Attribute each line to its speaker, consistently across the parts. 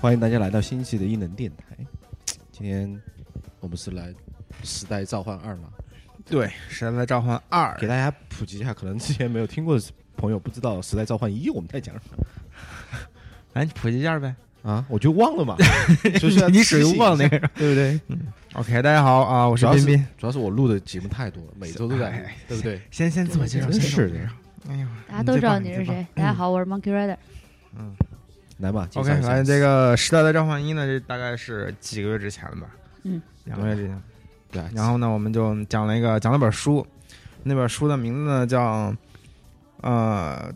Speaker 1: 欢迎大家来到新一期的异能电台。今天我们是来《时代召唤二》嘛，
Speaker 2: 对，《时代召唤二
Speaker 1: 给》大家普及一下，可能之前没有听过的朋友不知道《时代召唤一》我们在讲什
Speaker 2: 来，你哎普及一下呗。
Speaker 1: 么啊，我就忘 了嘛，就是要
Speaker 2: 你属于忘那
Speaker 1: 提醒一下
Speaker 2: 个。
Speaker 1: 对不对？
Speaker 2: OK，大家好啊，我
Speaker 1: 主
Speaker 2: 是
Speaker 1: 要
Speaker 2: 彬
Speaker 1: 是
Speaker 2: 彬。
Speaker 1: 主要是我录的节目太多了，每周都在录
Speaker 2: 哎，
Speaker 1: 对不 对？
Speaker 2: 先先自我介绍，
Speaker 1: 真
Speaker 2: 先
Speaker 1: 是
Speaker 2: 自我
Speaker 1: 的
Speaker 2: 介绍。哎呦，
Speaker 3: 大家都知道
Speaker 2: 你
Speaker 3: 你
Speaker 2: 最
Speaker 3: 是
Speaker 2: 棒嗯
Speaker 3: 谁。大家好，我是 Monkey Rider。
Speaker 1: 来嘛介
Speaker 2: OK，
Speaker 1: 绍一下
Speaker 2: 来这个《时代的召唤一》呢，这大概是几个月之前了吧？
Speaker 3: 嗯，
Speaker 2: 两个月之前。
Speaker 1: 对啊，
Speaker 2: 然后呢，我们就讲了一个讲了本书，那本书的名字呢叫呃《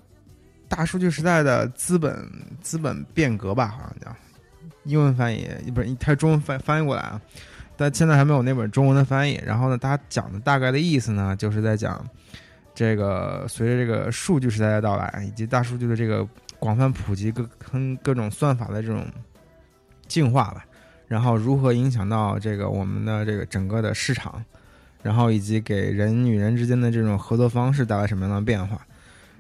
Speaker 2: 大数据时代的资本资本变革》吧，好像叫英文翻译，不是它是中文翻翻译过来啊，但现在还没有那本中文的翻译。然后呢，它讲的大概的意思呢，就是在讲这个随着这个数据时代的到来，以及大数据的这个广泛普及各跟各种算法的这种进化吧。然后如何影响到这个我们的这个整个的市场，然后以及给人与人之间的这种合作方式带来什么样的变化。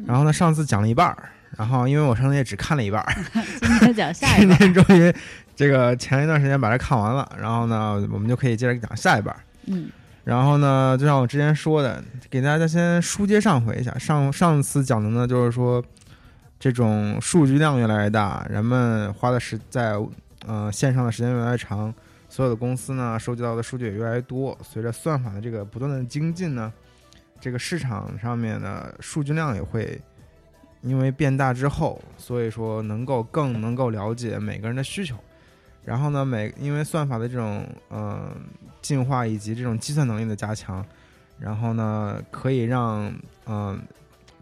Speaker 2: 然后呢，上次讲了一半儿，然后因为我上次也只看了一半儿，
Speaker 3: 今天讲下一
Speaker 2: 今
Speaker 3: 个，
Speaker 2: 天终于这个前一段时间把它看完了，然后呢，我们就可以接着讲下一半儿。
Speaker 3: 嗯，
Speaker 2: 然后呢，就像我之前说的，给大家先书接上回一下。上上次讲的呢，就是说这种数据量越来越大，人们花的时在呃线上的时间越来越长，所有的公司呢收集到的数据也越来越多。随着算法的这个不断的精进呢，这个市场上面的数据量也会因为变大之后，所以说能够更能够了解每个人的需求。然后呢，每因为算法的这种呃进化以及这种计算能力的加强，然后呢，可以让嗯、呃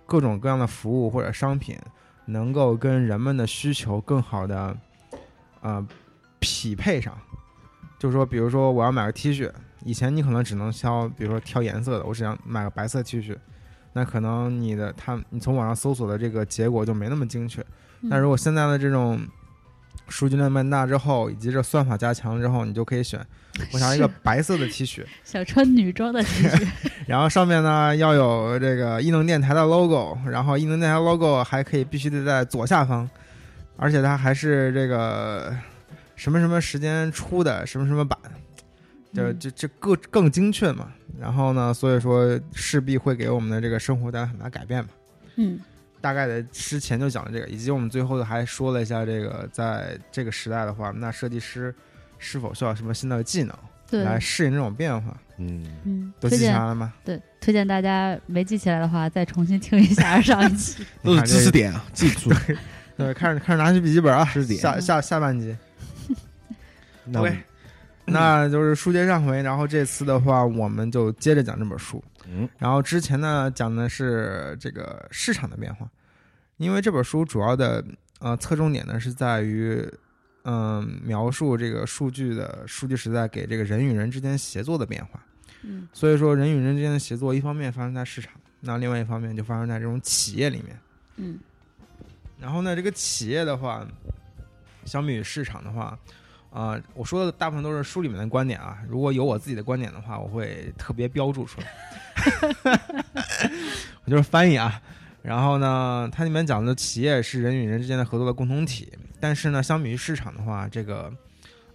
Speaker 2: 各种各样的服务或者商品能够跟人们的需求更好的呃匹配上。就是说，比如说我要买个 T 恤，以前你可能只能挑，比如说挑颜色的，我只想买个白色 T 恤，那可能你的它你从网上搜索的这个结果就没那么精确。
Speaker 3: 嗯
Speaker 2: 那如果现在的这种数据量变大之后，以及这算法加强之后，你就可以选， 我想要一个
Speaker 3: 是
Speaker 2: 白色的 T 恤，
Speaker 3: 想穿嗯女装的 T 恤，
Speaker 2: 然后上面呢要有这个异能电台的 logo，然后异能电台 logo 还可以必须得在左下方，而且它还是这个什么什么时间出的什么什么版， 就
Speaker 3: 嗯
Speaker 2: 就这更更精确嘛。然后呢，所以说势必会给我们的这个生活带来很大改变嘛。
Speaker 3: 嗯，
Speaker 2: 大概的之前就讲了这个，以及我们最后还说了一下这个，在这个时代的话，那设计师是否需要什么新的技能
Speaker 3: 对，
Speaker 2: 来适应这种变化？
Speaker 1: 嗯，
Speaker 3: 嗯，
Speaker 2: 都
Speaker 3: 推
Speaker 2: 记起
Speaker 3: 荐
Speaker 2: 来了吗？
Speaker 3: 对，推荐大家没记起来的话，再重新听一下上一期。
Speaker 1: 都是
Speaker 2: 你看这
Speaker 1: 知识点啊，记 住。
Speaker 2: 对，开始开始拿起笔记本啊，
Speaker 1: 知识点
Speaker 2: 下下下半集。
Speaker 1: 那我们
Speaker 2: OK 那就是书接上回，然后这次的话，我们就接着讲这本书。
Speaker 1: 嗯，
Speaker 2: 然后之前呢，讲的是这个市场的变化，因为这本书主要的呃侧重点呢是在于，嗯、描述这个数据的数据时代给这个人与人之间协作的变化。
Speaker 3: 嗯
Speaker 2: 所以说，人与人之间的协作，一方面发生在市场，那另外一方面就发生在这种企业里面。
Speaker 3: 嗯
Speaker 2: 然后呢，这个企业的话，相比于市场的话，啊、我说的大部分都是书里面的观点啊。如果有我自己的观点的话，我会特别标注出来。 我就是翻译啊。然后呢，它里面讲的企业是人与人之间的合作的共同体，但是呢，相比于市场的话，这个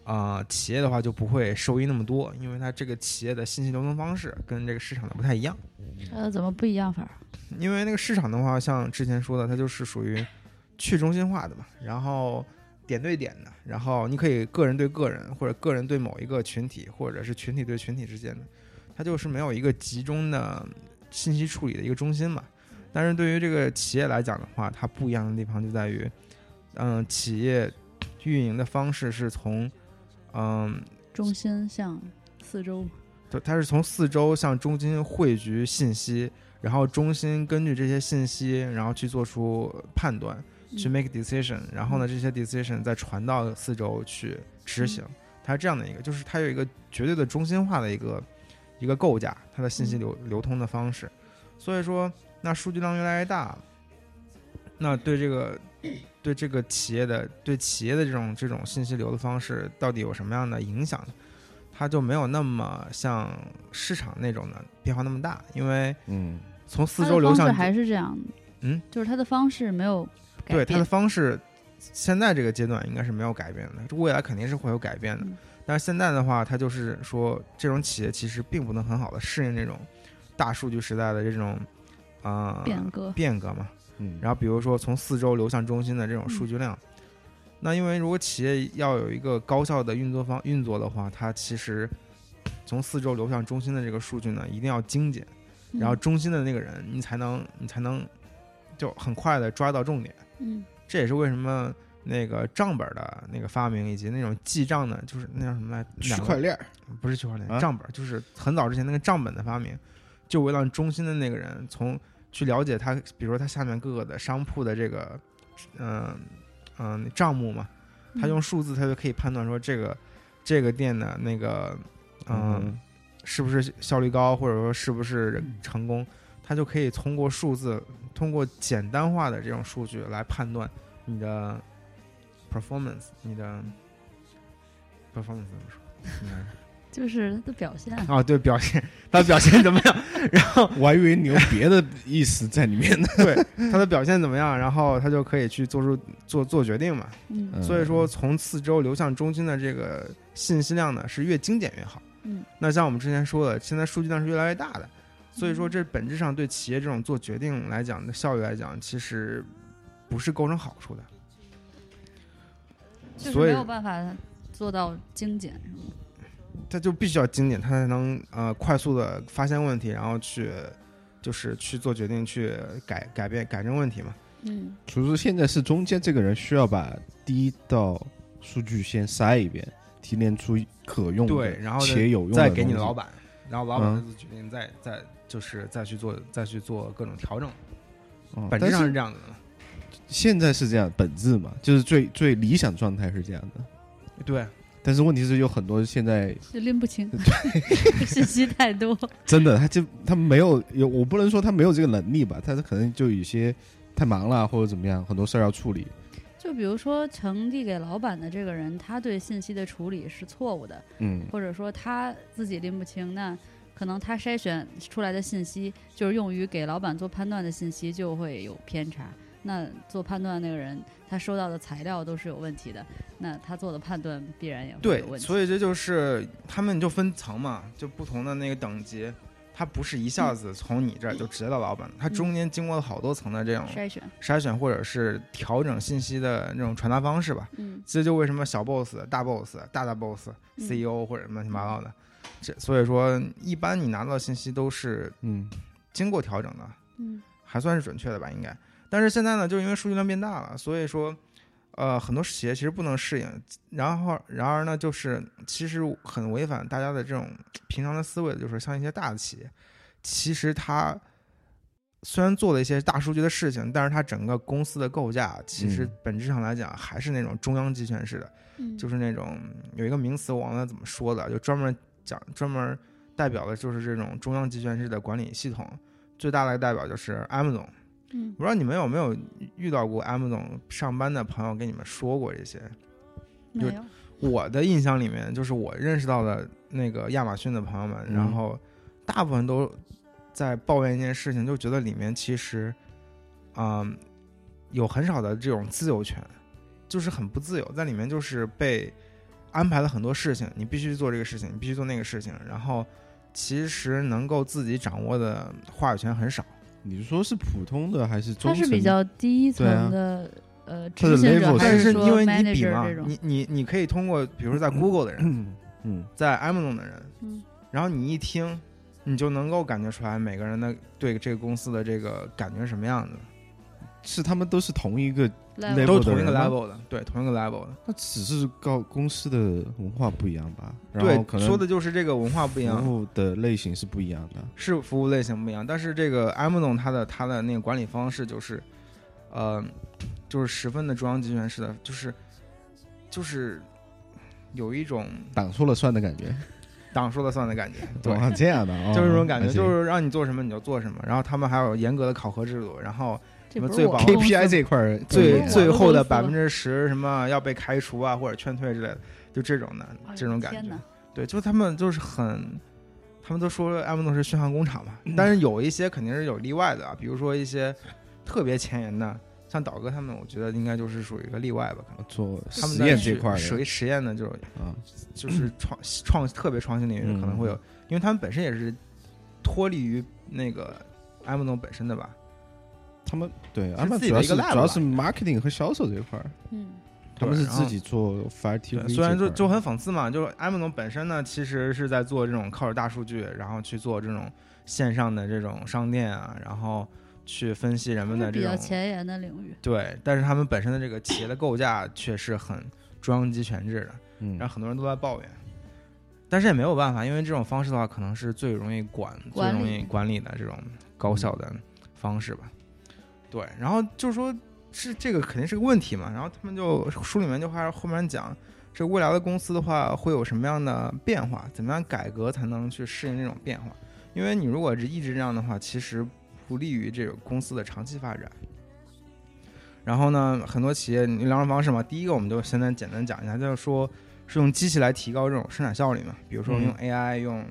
Speaker 2: 啊企业的话就不会受益那么多，因为它这个企业的信息流通方式跟这个市场的不太一样。
Speaker 3: 呃，怎么不一样法儿？
Speaker 2: 因为那个市场的话，像之前说的，它就是属于去中心化的嘛，然后点对点的，然后你可以个人对个人，或者个人对某一个群体，或者是群体对群体之间的，它就是没有一个集中的信息处理的一个中心嘛。但是对于这个企业来讲的话，它不一样的地方就在于，嗯，企业运营的方式是从嗯，
Speaker 3: 中心向四周，
Speaker 2: 对，它是从四周向中心汇聚信息，然后中心根据这些信息，然后去做出判断，去
Speaker 3: 嗯
Speaker 2: make decision，然后呢，这些 decision 再传到四周去执行，
Speaker 3: 嗯
Speaker 2: 它是这样的一个，就是它有一个绝对的中心化的一个一个构架，它的信
Speaker 3: 嗯
Speaker 2: 息流流通的方式，所以说，那数据量越来越大，那对这个对这个企业的对企业的这种这种信息流的方式到底有什么样的影响？它就没有那么像市场那种的变化那么大，因为
Speaker 1: 嗯，
Speaker 2: 从四
Speaker 3: 它
Speaker 2: 周
Speaker 3: 的
Speaker 2: 流
Speaker 3: 方式
Speaker 2: 向
Speaker 3: 还是这样，
Speaker 2: 嗯，
Speaker 3: 就是它的方式没有改
Speaker 2: 对它的
Speaker 3: 变，
Speaker 2: 方式，现在这个阶段应该是没有改变的，未来肯定是会有改变的。
Speaker 3: 嗯
Speaker 2: 但是现在的话，它就是说，这种企业其实并不能很好的适应这种大数据时代的这种啊、呃
Speaker 3: 变革，
Speaker 2: 变革嘛。
Speaker 1: 嗯，
Speaker 2: 然后比如说从四周流向中心的这种数据量，
Speaker 3: 嗯
Speaker 2: 那因为如果企业要有一个高效的运作方运作的话，它其实从四周流向中心的这个数据呢，一定要精简，然
Speaker 3: 嗯
Speaker 2: 后中心的那个人你才能你才能就很快的抓到重点。
Speaker 3: 嗯，
Speaker 2: 这也是为什么那个账本的那个发明以及那种记账的，就是那叫什么来？
Speaker 4: 区
Speaker 2: 两个
Speaker 4: 块链儿
Speaker 2: 不是区块链，
Speaker 4: 啊
Speaker 2: 账本就是很早之前那个账本的发明，就围绕中心的那个人从去了解他，比如说他下面各个的商铺的这个，嗯、嗯、账目嘛，
Speaker 3: 嗯
Speaker 2: 他用数字他就可以判断说这个这个店的那个，嗯、
Speaker 1: 嗯
Speaker 2: 是不是效率高，或者说是不是成功，它就可以通过数字，通过简单化的这种数据来判断你的 performance，你的 performance 怎么说？应该是
Speaker 3: 就是它的表现，
Speaker 2: 哦，对，表现，它的表现怎么 样？然后
Speaker 4: 我还以为你有别的意思在里面呢。
Speaker 2: 它的表现怎么样？然后它就可以去做出做做决定嘛。
Speaker 3: 嗯
Speaker 1: 嗯
Speaker 2: 所以说，从四周流向中心的这个信息量呢，是越精简越好。
Speaker 3: 嗯，
Speaker 2: 那像我们之前说的，现在数据量是越来越大的，所以说
Speaker 4: 嗯
Speaker 2: 这本质上对企业这种做决定来讲的效率来讲，其实不是构成好处的。
Speaker 3: 就是
Speaker 2: 所
Speaker 3: 没
Speaker 2: 以
Speaker 3: 有办法做到精简，是吗？
Speaker 2: 它就必须要精简，它才能呃快速的发现问题，然后去就是去做决定，去改改变改正问题嘛。
Speaker 3: 嗯
Speaker 4: 所以说现在是中间这个人需要把第一道数据先筛一遍，提炼出可用的
Speaker 2: 对然后
Speaker 4: 且有用的
Speaker 2: 再给你
Speaker 4: 东西
Speaker 2: 老板，然后老板
Speaker 4: 嗯
Speaker 2: 再做决定，再再就是再去做再去做各种调整，
Speaker 4: 嗯
Speaker 2: 本质
Speaker 4: 但
Speaker 2: 上是
Speaker 4: 是
Speaker 2: 这样子的。
Speaker 4: 现在是这样，本质嘛，就是最最理想状态是这样的。
Speaker 2: 对，
Speaker 4: 但是问题是，有很多现在
Speaker 3: 就拎不 清， 信息太多，
Speaker 4: 真的，他就他没有有，我不能说他没有这个能力吧，他可能就有些太忙了或者怎么样，很多事儿要处理。
Speaker 3: 就比如说呈递给老板的这个人，他对信息的处理是错误的，
Speaker 4: 嗯，
Speaker 3: 或者说他自己拎不清，那可能他筛选出来的信息，就是用于给老板做判断的信息，就会有偏差。那做判断的那个人，他收到的材料都是有问题的，那他做的判断必然也会有
Speaker 2: 对，
Speaker 3: 问题。
Speaker 2: 所以这就是他们就分层嘛，就不同的那个等级，它不是一下
Speaker 3: 嗯
Speaker 2: 子从你这儿就直接到老板，它中间经过了好多层的这种
Speaker 3: 筛选，
Speaker 2: 筛选或者是调整信息的那种传达方式吧。
Speaker 3: 嗯，
Speaker 2: 这就为什么小 boss、大 boss、大大 boss、
Speaker 3: 嗯
Speaker 2: CEO 或者乱七八糟的，这所以说一般你拿到的信息都是
Speaker 4: 嗯，
Speaker 2: 经过调整的，
Speaker 3: 嗯，
Speaker 2: 还算是准确的吧，应该。但是现在呢，就是因为数据量变大了，所以说，呃，很多企业其实不能适应。然后，然而呢，就是其实很违反大家的这种平常的思维的，就是像一些大的企业，其实它虽然做了一些大数据的事情，但是它整个公司的构架其实
Speaker 4: 嗯
Speaker 2: 本质上来讲还是那种中央集权式的，
Speaker 3: 嗯
Speaker 2: 就是那种有一个名词我忘了怎么说的，就专门讲专门代表的就是这种中央集权式的管理系统。最大的代表就是 Amazon，
Speaker 3: 嗯
Speaker 2: 我不知道你们有没有遇到过 Amazon 上班的朋友跟你们说过这些。
Speaker 3: 没
Speaker 2: 有
Speaker 3: 有，
Speaker 2: 我的印象里面，就是我认识到的那个亚马逊的朋友们，
Speaker 4: 嗯
Speaker 2: 然后大部分都在抱怨一件事情，就觉得里面其实，嗯，有很少的这种自由权，就是很不自由，在里面就是被安排了很多事情，你必须做这个事情，你必须做那个事情，然后其实能够自己掌握的话语权很少。
Speaker 4: 你是说是普通的还是中
Speaker 3: 它是
Speaker 4: 层
Speaker 3: 比较低层
Speaker 4: 对啊
Speaker 3: 的、呃
Speaker 4: 它的
Speaker 3: 执行者，
Speaker 4: level
Speaker 3: 还
Speaker 2: 但是
Speaker 3: 说
Speaker 2: 因为你比
Speaker 3: manager
Speaker 2: 嘛
Speaker 3: 这，种，
Speaker 2: 你你你可以通过，比如说在 Google 的人，
Speaker 4: 嗯嗯
Speaker 2: 在 Amazon 的人，
Speaker 3: 嗯
Speaker 2: 然后你一听，你就能够感觉出来每个人的对这个公司的这个感觉是什么样子。
Speaker 4: 是他们都是同一个，
Speaker 3: level
Speaker 2: 都
Speaker 4: level
Speaker 2: 是同一
Speaker 4: 的
Speaker 2: 个
Speaker 4: 人吗
Speaker 2: level 的，对，同一个 level 的。
Speaker 4: 那只是告公司的文化不一样吧？然后可
Speaker 2: 对，
Speaker 4: 能
Speaker 2: 说的就是这个文化不一样，
Speaker 4: 服务的类型是不一样的。
Speaker 2: 是服务类型不一样，但是这个 M 总他的他的那个管理方式就是，呃，就是十分的中央集权式的，就是就是有一种
Speaker 4: 党说了算的感觉，
Speaker 2: 党说了算的感觉，对，
Speaker 4: 哇这样的，哦
Speaker 2: 就是这种感觉，
Speaker 4: 还行
Speaker 2: 就是让你做什么你就做什么，然后他们还有严格的考核制度，然后
Speaker 3: 这不
Speaker 2: 最
Speaker 3: 是我
Speaker 2: 棒
Speaker 3: 公司
Speaker 4: KPI 这一块儿
Speaker 2: 最
Speaker 3: 对
Speaker 2: 最
Speaker 3: 我
Speaker 2: 后的
Speaker 3: 公司
Speaker 2: 百分之十什么要被开除啊或者劝退之类的，就这种的
Speaker 3: 哎呦
Speaker 2: 这种感
Speaker 3: 天
Speaker 2: 觉
Speaker 3: 哪，
Speaker 2: 对，就是他们就是很，他们都说埃文顿是血汗工厂嘛，
Speaker 4: 嗯
Speaker 2: 但是有一些肯定是有例外的啊，比如说一些特别前沿的，像导哥他们，我觉得应该就是属于一个例外吧，可能
Speaker 4: 做
Speaker 2: 他们
Speaker 4: 实
Speaker 2: 在
Speaker 4: 验
Speaker 2: 去
Speaker 4: 这块儿
Speaker 2: 属
Speaker 4: 的
Speaker 2: 于实验的，就是
Speaker 4: 啊，
Speaker 2: 就是创创特别创新领域可能会
Speaker 4: 嗯
Speaker 2: 有，因为他们本身也是脱离于那个埃文顿本身的吧，
Speaker 4: 他们对，
Speaker 2: 是
Speaker 4: 他们主
Speaker 2: 自己
Speaker 4: 要
Speaker 2: 的
Speaker 4: 是
Speaker 2: 一个
Speaker 4: 主
Speaker 2: lab
Speaker 4: 要
Speaker 2: 吧
Speaker 4: 是 marketing 和销售这一块儿，
Speaker 3: 嗯，
Speaker 4: 他们是
Speaker 2: 然
Speaker 4: 自
Speaker 2: 后
Speaker 4: 己做 Fire TV，
Speaker 2: 对，虽然
Speaker 4: 这
Speaker 2: 就
Speaker 4: 块儿嗯
Speaker 2: 就很讽刺嘛，就是埃 m 总本身呢，其实是在做这种靠着大数据，然后去做这种线上的这种商店啊，然后去分析人们
Speaker 3: 是
Speaker 2: 的这
Speaker 3: 比较
Speaker 2: 种
Speaker 3: 前沿的领域，
Speaker 2: 对，但是他们本身的这个企业的构架却是很中央集权制的，
Speaker 4: 嗯
Speaker 2: 让很多人都在抱怨。但是也没有办法，因为这种方式的话，可能是最容易管、最
Speaker 3: 管理
Speaker 2: 容易管理的这种高效的方式吧。对，然后就是说，是这个肯定是个问题嘛。然后他们就书里面就还后面讲，这未来的公司的话会有什么样的变化，怎么样改革才能去适应这种变化？因为你如果一直这样的话，其实不利于这个公司的长期发展。然后呢，很多企业你两种方式嘛，第一个我们就现在简单讲一下，就是说是用机器来提高这种生产效率嘛，比如说
Speaker 4: 嗯
Speaker 2: 用 AI、用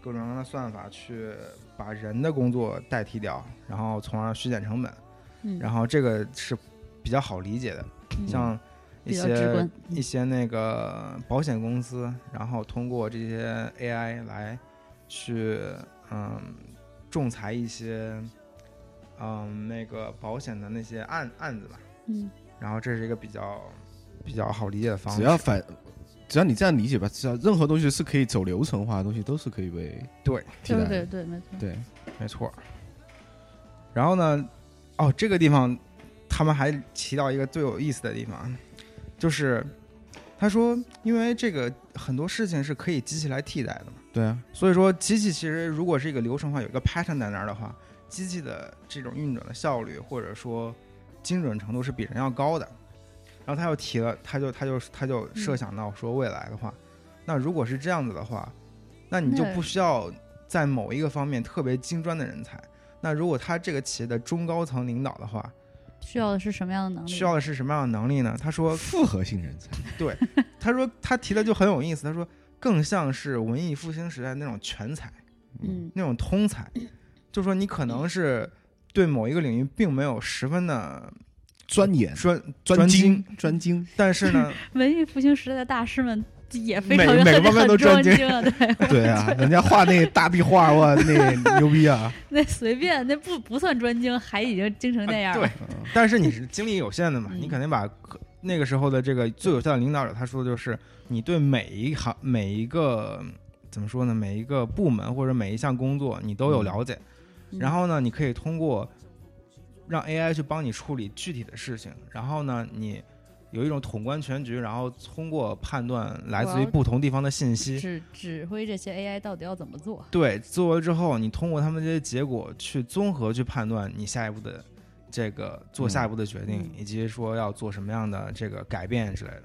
Speaker 2: 各种各样的算法去把人的工作代替掉，然后从而削减成本，
Speaker 3: 嗯，
Speaker 2: 然后这个是比较好理解的，
Speaker 3: 嗯
Speaker 2: 像一
Speaker 3: 比较直
Speaker 2: 些
Speaker 3: 观
Speaker 2: 一些那个保险公司，然后通过这些 AI 来去嗯仲裁一些嗯那个保险的那些案案子吧，
Speaker 3: 嗯，
Speaker 2: 然后这是一个比较比较好理解的方式。
Speaker 4: 只要反，只要你这样理解吧，只要任何东西是可以走流程化的东西，都是可以被
Speaker 2: 对，
Speaker 4: 替
Speaker 3: 对
Speaker 4: 代
Speaker 3: 对
Speaker 4: 的
Speaker 3: 对。对，没错，
Speaker 4: 对，
Speaker 2: 没错。然后呢，哦，这个地方他们还提到一个最有意思的地方，就是他说，因为这个很多事情是可以机器来替代的嘛，
Speaker 4: 对啊，
Speaker 2: 所以说机器其实如果是一个流程化，有一个 pattern 在那儿的话，机器的这种运转的效率或者说精准程度是比人要高的。然后他又提了，他就他就他就设想到说未来的话，那如果是这样子的话，那你就
Speaker 3: 那
Speaker 2: 不需要在某一个方面特别精专的人才。那如果他这个企业的中高层领导的话，
Speaker 3: 需要的是什么样的能力？嗯
Speaker 2: 需要的是什么样的能力呢？他说
Speaker 4: 复合性人才，
Speaker 2: 他说他提的就很有意思，他说更像是文艺复兴时代那种全才。
Speaker 3: 嗯，
Speaker 2: 那种通才，就说你可能是对某一个领域并没有十分的
Speaker 4: 钻研、
Speaker 2: 专
Speaker 4: 专
Speaker 2: 精，
Speaker 4: 专精，
Speaker 2: 但是呢，
Speaker 3: 文艺复兴时代的大师们也非
Speaker 4: 每
Speaker 3: 常
Speaker 4: 每个
Speaker 3: 很
Speaker 4: 方面都
Speaker 3: 很
Speaker 4: 专
Speaker 3: 专
Speaker 4: 精
Speaker 3: 精啊，对
Speaker 4: 对啊，人家画那大壁画， 哇，那牛逼啊！
Speaker 3: 那随便那不不算专精，还已经精成 那样了。
Speaker 2: 啊对，但是你是精力有限的嘛，
Speaker 3: 嗯
Speaker 2: 你肯定把可那个时候的这个最有效的领导者，他说的就是你对每一行每一个怎么说呢，每一个部门或者每一项工作你都有了解，
Speaker 3: 嗯
Speaker 2: 然后呢，你可以通过让 AI 去帮你处理具体的事情，然后呢，你有一种统观全局，然后通过判断来自
Speaker 3: 我
Speaker 2: 于
Speaker 3: 要
Speaker 2: 不同地方的信息，
Speaker 3: 指指挥这些 AI 到底要怎么做？
Speaker 2: 对，做完之后，你通过他们这些结果去综合去判断你下一步的这个做下一步的决定，
Speaker 3: 嗯
Speaker 2: 以及说要做什么样的这个改变之类的。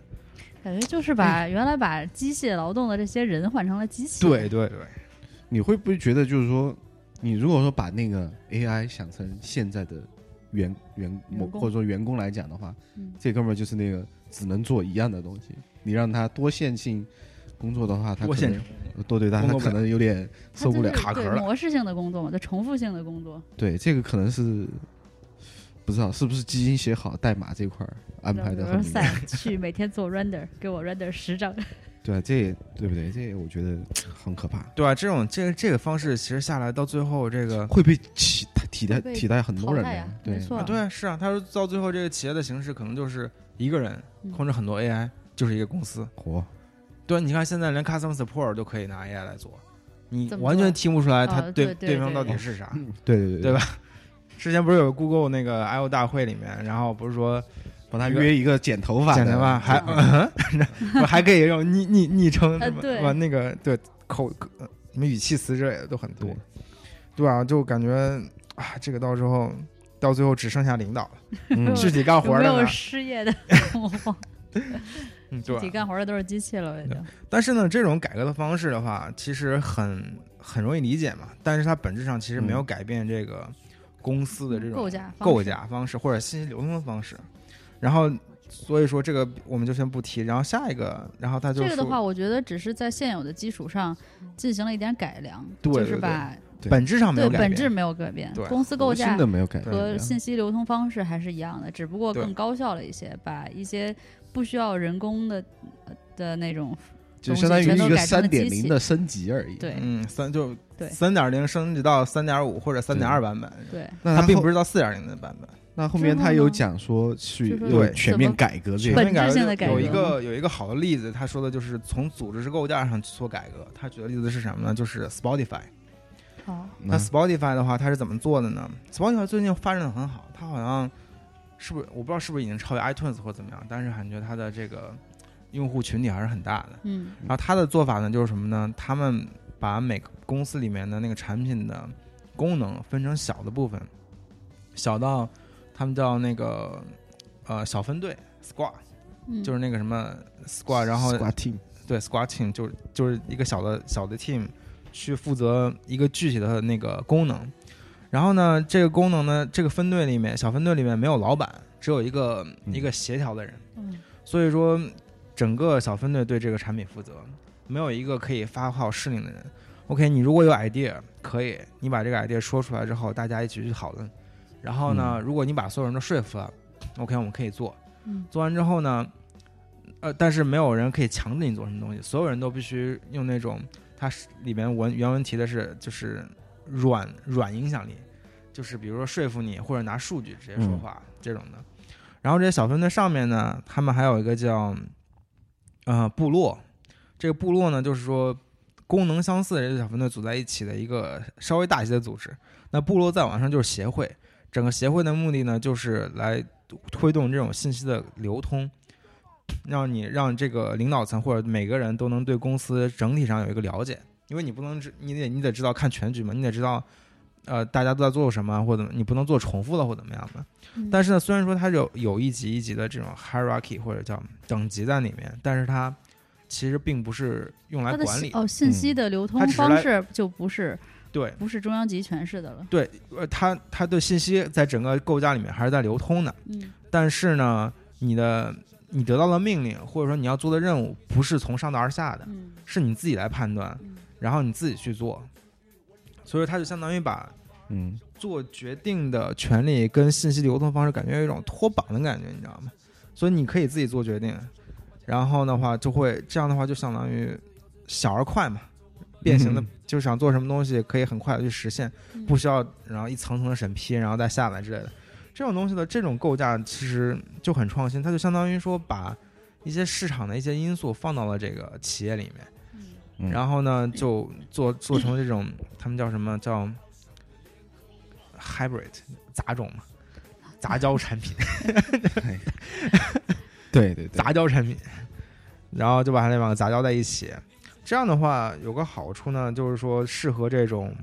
Speaker 3: 感觉
Speaker 2: 哎
Speaker 3: 就是把、原来把机械劳动的这些人换成了机器。
Speaker 2: 对，对对，
Speaker 4: 你会不会觉得就是说，你如果说把那个 AI 想成现在的员员
Speaker 3: 员
Speaker 4: 某
Speaker 3: 工
Speaker 4: 或者说员工来讲的话，
Speaker 3: 嗯
Speaker 4: 这哥们儿就是那个只能做一样的东西，你让他多线性工作的话，他
Speaker 2: 多
Speaker 4: 可
Speaker 2: 线
Speaker 4: 能多对，但
Speaker 2: 工
Speaker 4: 他
Speaker 2: 作不
Speaker 4: 可能有点
Speaker 3: 它
Speaker 4: 受不了
Speaker 3: 就是。
Speaker 2: 卡壳
Speaker 3: 对
Speaker 2: 了
Speaker 3: 模式性的工作嘛，就重复性的工作。
Speaker 4: 对，这个可能是不知道是不是基因写好代码这块儿安排的
Speaker 3: 比如
Speaker 4: 很
Speaker 3: 说
Speaker 4: 明白
Speaker 3: 赛 去每天做 render，给我 render 十张。
Speaker 4: 对啊，这也对不对？这也我觉得很可怕，
Speaker 2: 对啊，这种这个这个方式其实下来到最后，这个
Speaker 4: 会被替替代
Speaker 3: 被
Speaker 4: 替代很多人
Speaker 3: 淘汰
Speaker 4: 的
Speaker 3: 啊，
Speaker 4: 对
Speaker 3: 没，错
Speaker 2: 啊，对啊，是啊，他说到最后这个企业的形式可能就是一个人
Speaker 3: 嗯
Speaker 2: 控制很多 AI，、就是一个公司。
Speaker 4: 活
Speaker 2: 对啊，你看现在连 custom support 都可以拿 AI 来做，你
Speaker 3: 怎么
Speaker 2: 完全
Speaker 3: 做
Speaker 2: 听不出来他
Speaker 3: 哦
Speaker 2: 对
Speaker 3: 对对嗯
Speaker 2: 方
Speaker 3: 对
Speaker 2: 到底
Speaker 3: 对
Speaker 2: 是啥。
Speaker 4: 对对对
Speaker 2: 对吧之前不是有 Google 那个 I O 大会里面，然后不是说
Speaker 4: 帮他约一个剪头 发的，
Speaker 2: 剪头发还、我 还可以用昵昵昵称什么
Speaker 3: 呃对
Speaker 2: 吧？那个对口呃什么语气词之类的都很多，对啊，就感觉啊，这个到时候到最后只剩下领导了，
Speaker 4: 嗯
Speaker 2: 具体干活
Speaker 3: 有
Speaker 2: 的
Speaker 3: 没有
Speaker 2: 呢，
Speaker 3: 失 业的恐慌？
Speaker 2: 嗯对
Speaker 3: 自
Speaker 2: 吧
Speaker 3: 己？干活的都是机器了，已经。
Speaker 2: 但是呢，这种改革的方式的话，其实很很容易理解嘛，但是它本质上其实没有
Speaker 4: 嗯
Speaker 2: 改变这个公司的这种
Speaker 3: 构架方式
Speaker 2: 构架方式或者信息流通的方式，然后。所以说这个我们就先不提，然后下一个，然后他就
Speaker 3: 这个的
Speaker 2: 说
Speaker 3: 话，我觉得只是在现有的基础上进行了一点改良，
Speaker 2: 对
Speaker 3: 就
Speaker 2: 对
Speaker 3: 是
Speaker 2: 对
Speaker 3: 把
Speaker 4: 对
Speaker 2: 本质上没有
Speaker 3: 对
Speaker 2: 改变，
Speaker 3: 本质没有改变
Speaker 2: 对，
Speaker 3: 公司构
Speaker 4: 核心
Speaker 3: 架
Speaker 4: 的没有改变
Speaker 3: 和信息流通方式还是一样的，只不过
Speaker 2: 对
Speaker 3: 更高效了一些，把一些不需要人工的呃的那种
Speaker 4: 就相当于一
Speaker 3: 东西
Speaker 4: 个
Speaker 3: 全都改成
Speaker 4: 三
Speaker 3: 了
Speaker 4: 点
Speaker 3: 机器
Speaker 4: 零的升级而已。，
Speaker 3: 对
Speaker 2: 嗯，三就
Speaker 3: 对
Speaker 2: 三点零升级到三点五或者三点二版本，
Speaker 3: 对
Speaker 4: 那
Speaker 2: 它
Speaker 4: 后
Speaker 2: 并不是到四点零的版本。
Speaker 4: 那后面他有讲说去
Speaker 3: 之后呢
Speaker 4: 有
Speaker 2: 对
Speaker 4: 全面改革这
Speaker 3: 本
Speaker 4: 个，
Speaker 3: 质性的
Speaker 2: 有一
Speaker 3: 改革
Speaker 2: 个有一个好的例子，他说的就是从组织构架上去做改革。他举的例子是什么呢？就是 Spotify。
Speaker 3: 哦
Speaker 4: 嗯
Speaker 2: 那 Spotify 的话，它是怎么做的呢？Spotify 最近发展的很好，它好像是不是我不知道是不是已经超越 iTunes 或者怎么样，但是感觉它的这个用户群体还是很大的。
Speaker 3: 嗯
Speaker 2: 然后他的做法呢，就是什么呢？他们把每个公司里面的那个产品的功能分成小的部分，小到他们叫那个呃小分队 squad，
Speaker 3: 嗯，
Speaker 2: 就是那个什么 squad，然后
Speaker 4: Squad Team
Speaker 2: 对 squad team 就是就是一个小的小的 team 去负责一个具体的那个功能。然后呢，这个功能呢，这个分队里面小分队里面没有老板，只有一个、
Speaker 4: 嗯
Speaker 2: 一个协调的人。
Speaker 3: 嗯
Speaker 2: 所以说，整个小分队对这个产品负责，没有一个可以发号施令的人。OK，你如果有 idea，可以，你把这个 idea 说出来之后，大家一起去讨论。然后呢，如果你把所有人都说服了，OK，我们可以做。
Speaker 3: 嗯
Speaker 2: 做完之后呢，呃，但是没有人可以强制你做什么东西，所有人都必须用那种，它是里面文原文提的是就是软软影响力，就是比如说说服你或者拿数据直接说话、这种的。然后这些小分队上面呢，他们还有一个叫呃部落，这个部落呢就是说功能相似的这些小分队组在一起的一个稍微大一些的组织。那部落再往上就是协会，整个协会的目的呢就是来推动这种信息的流通，让你让这个领导层或者每个人都能对公司整体上有一个了解，因为你不能知你得你得知道看全局嘛，你得知道。呃，大家都在做什么，或者你不能做重复的，或怎么样的。
Speaker 3: 嗯
Speaker 2: 但是呢，虽然说它有有一级一级的这种 hierarchy 或者叫等级在里面，但是它其实并不是用来
Speaker 3: 它的
Speaker 2: 管
Speaker 3: 信
Speaker 2: 理。嗯
Speaker 3: 哦信息的流通
Speaker 2: 它只是
Speaker 3: 方
Speaker 2: 来
Speaker 3: 式就不是
Speaker 2: 对，
Speaker 3: 不是中央集权式的了，
Speaker 2: 对，呃，它它对信息在整个构架里面还是在流通的，
Speaker 3: 嗯
Speaker 2: 但是呢，你的你得到的命令或者说你要做的任务不是从上到而下的，
Speaker 3: 嗯
Speaker 2: 是你自己来判断，
Speaker 3: 嗯
Speaker 2: 然后你自己去做，所以它就相当于把
Speaker 4: 嗯，
Speaker 2: 做决定的权利跟信息流通方式感觉有一种脱绑的感觉，你知道吗？所以你可以自己做决定，然后的话就会这样的话就相当于小而快嘛，变形的
Speaker 4: 嗯
Speaker 2: 就想做什么东西可以很快的去实现，
Speaker 3: 嗯
Speaker 2: 不需要然后一层层的审批，然后再下来之类的。这种东西的这种构架其实就很创新，它就相当于说把一些市场的一些因素放到了这个企业里面。
Speaker 3: 嗯
Speaker 4: 嗯
Speaker 2: 然后呢，就做做成这种，他们叫什么叫 hybrid 杂种嘛，杂交产品，
Speaker 4: 对对对，
Speaker 2: 杂交产品，然后就把它两个杂交在一起。这样的话，有个好处呢，就是说适合这种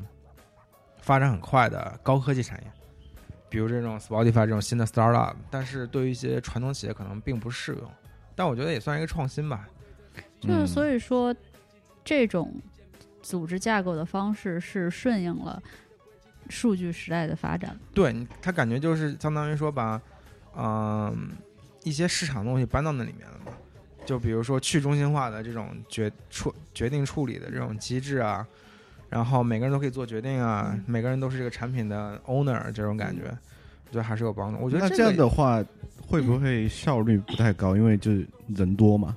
Speaker 2: 发展很快的高科技产业，比如这种 Spotify 这种新的 startup，但是对于一些传统企业可能并不适用。但我觉得也算一个创新吧。嗯
Speaker 3: 就是所
Speaker 4: 以
Speaker 3: 以说，这种组织架构的方式是顺应了数据时代的发展。
Speaker 2: 对你他感觉就是相当于说把，嗯、一些市场东西搬到那里面了嘛。就比如说去中心化的这种决处决定处理的这种机制啊，然后每个人都可以做决定啊，
Speaker 3: 嗯
Speaker 2: 每个人都是这个产品的 owner 这种感觉，我觉得还是有帮助。我觉得
Speaker 4: 那
Speaker 2: 这
Speaker 4: 这样
Speaker 2: 个
Speaker 4: 的话会不会效率不太高？因为就是人多嘛，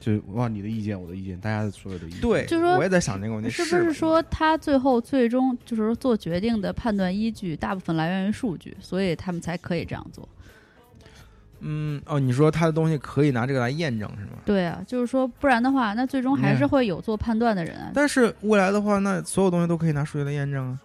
Speaker 4: 就哇你的意见我的意见，大家所有的意见，
Speaker 2: 对，
Speaker 3: 就是说
Speaker 2: 我也在想这个问题，
Speaker 3: 是不
Speaker 2: 不
Speaker 3: 是说他最后最终就是说做决定的判断依据大部分来源于数据，所以他们才可以这样做？
Speaker 2: 嗯哦，你说他的东西可以拿这个来验证是吗？
Speaker 3: 对啊，就是说不然的话，那最
Speaker 2: 嗯
Speaker 3: 终还是会有做判断的人啊。
Speaker 2: 但是未来的话，那所有东西都可以拿数据来验证啊。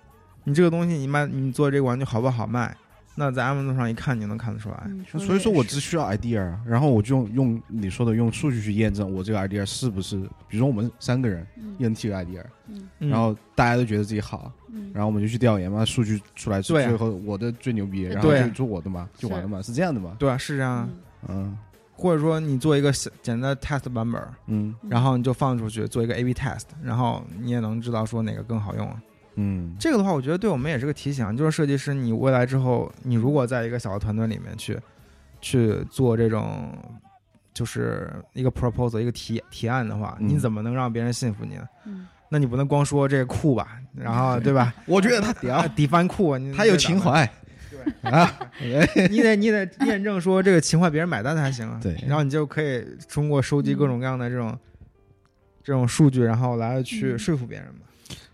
Speaker 2: 你这个东西你卖，你做这个玩具好不好卖？那在 Amazon 上一看你就能看得出来。
Speaker 3: 嗯，
Speaker 4: 那
Speaker 3: 的
Speaker 4: 所以说
Speaker 3: 也
Speaker 4: 我
Speaker 3: 是
Speaker 4: 只需要 idea，然后我就用用你说的用数据去验证我这个 idea 是不是，比如说我们三个人
Speaker 3: 嗯
Speaker 4: 验这个 idea，
Speaker 3: 嗯
Speaker 2: 嗯
Speaker 4: 然后大家都觉得自己好，
Speaker 3: 嗯，
Speaker 4: 然后我们就去调研嘛，数据出来是
Speaker 2: 对啊
Speaker 4: 最后我的最牛逼，然后
Speaker 2: 对啊
Speaker 4: 就就我的嘛，就完了嘛，是这样的嘛？
Speaker 2: 对啊，是这样啊。
Speaker 3: 嗯
Speaker 4: 嗯
Speaker 2: 或者说你做一个小简单的 test 版本，
Speaker 4: 嗯
Speaker 3: 嗯
Speaker 2: 然后你就放出去做一个 A/B test，然后你也能知道说哪个更好用啊。
Speaker 4: 嗯，
Speaker 2: 这个的话，我觉得对我们也是个提醒，啊就是设计师，你未来之后，你如果在一个小的团队里面去去做这种，就是一个 proposal 一个提提案的话，
Speaker 4: 嗯
Speaker 2: 你怎么能让别人信服你呢？
Speaker 3: 嗯
Speaker 2: 那你不能光说这个酷吧，然后对吧？
Speaker 4: 我觉得 他
Speaker 2: 然后
Speaker 4: 屌，
Speaker 2: 底翻酷啊，你
Speaker 4: 他有情，怀啊，
Speaker 2: 你得你得验证说这个情怀别人买单才行啊。
Speaker 4: 对嗯
Speaker 2: 然后你就可以通过收集各种各样的这种、这种数据，然后来去
Speaker 3: 嗯
Speaker 2: 说服别人嘛。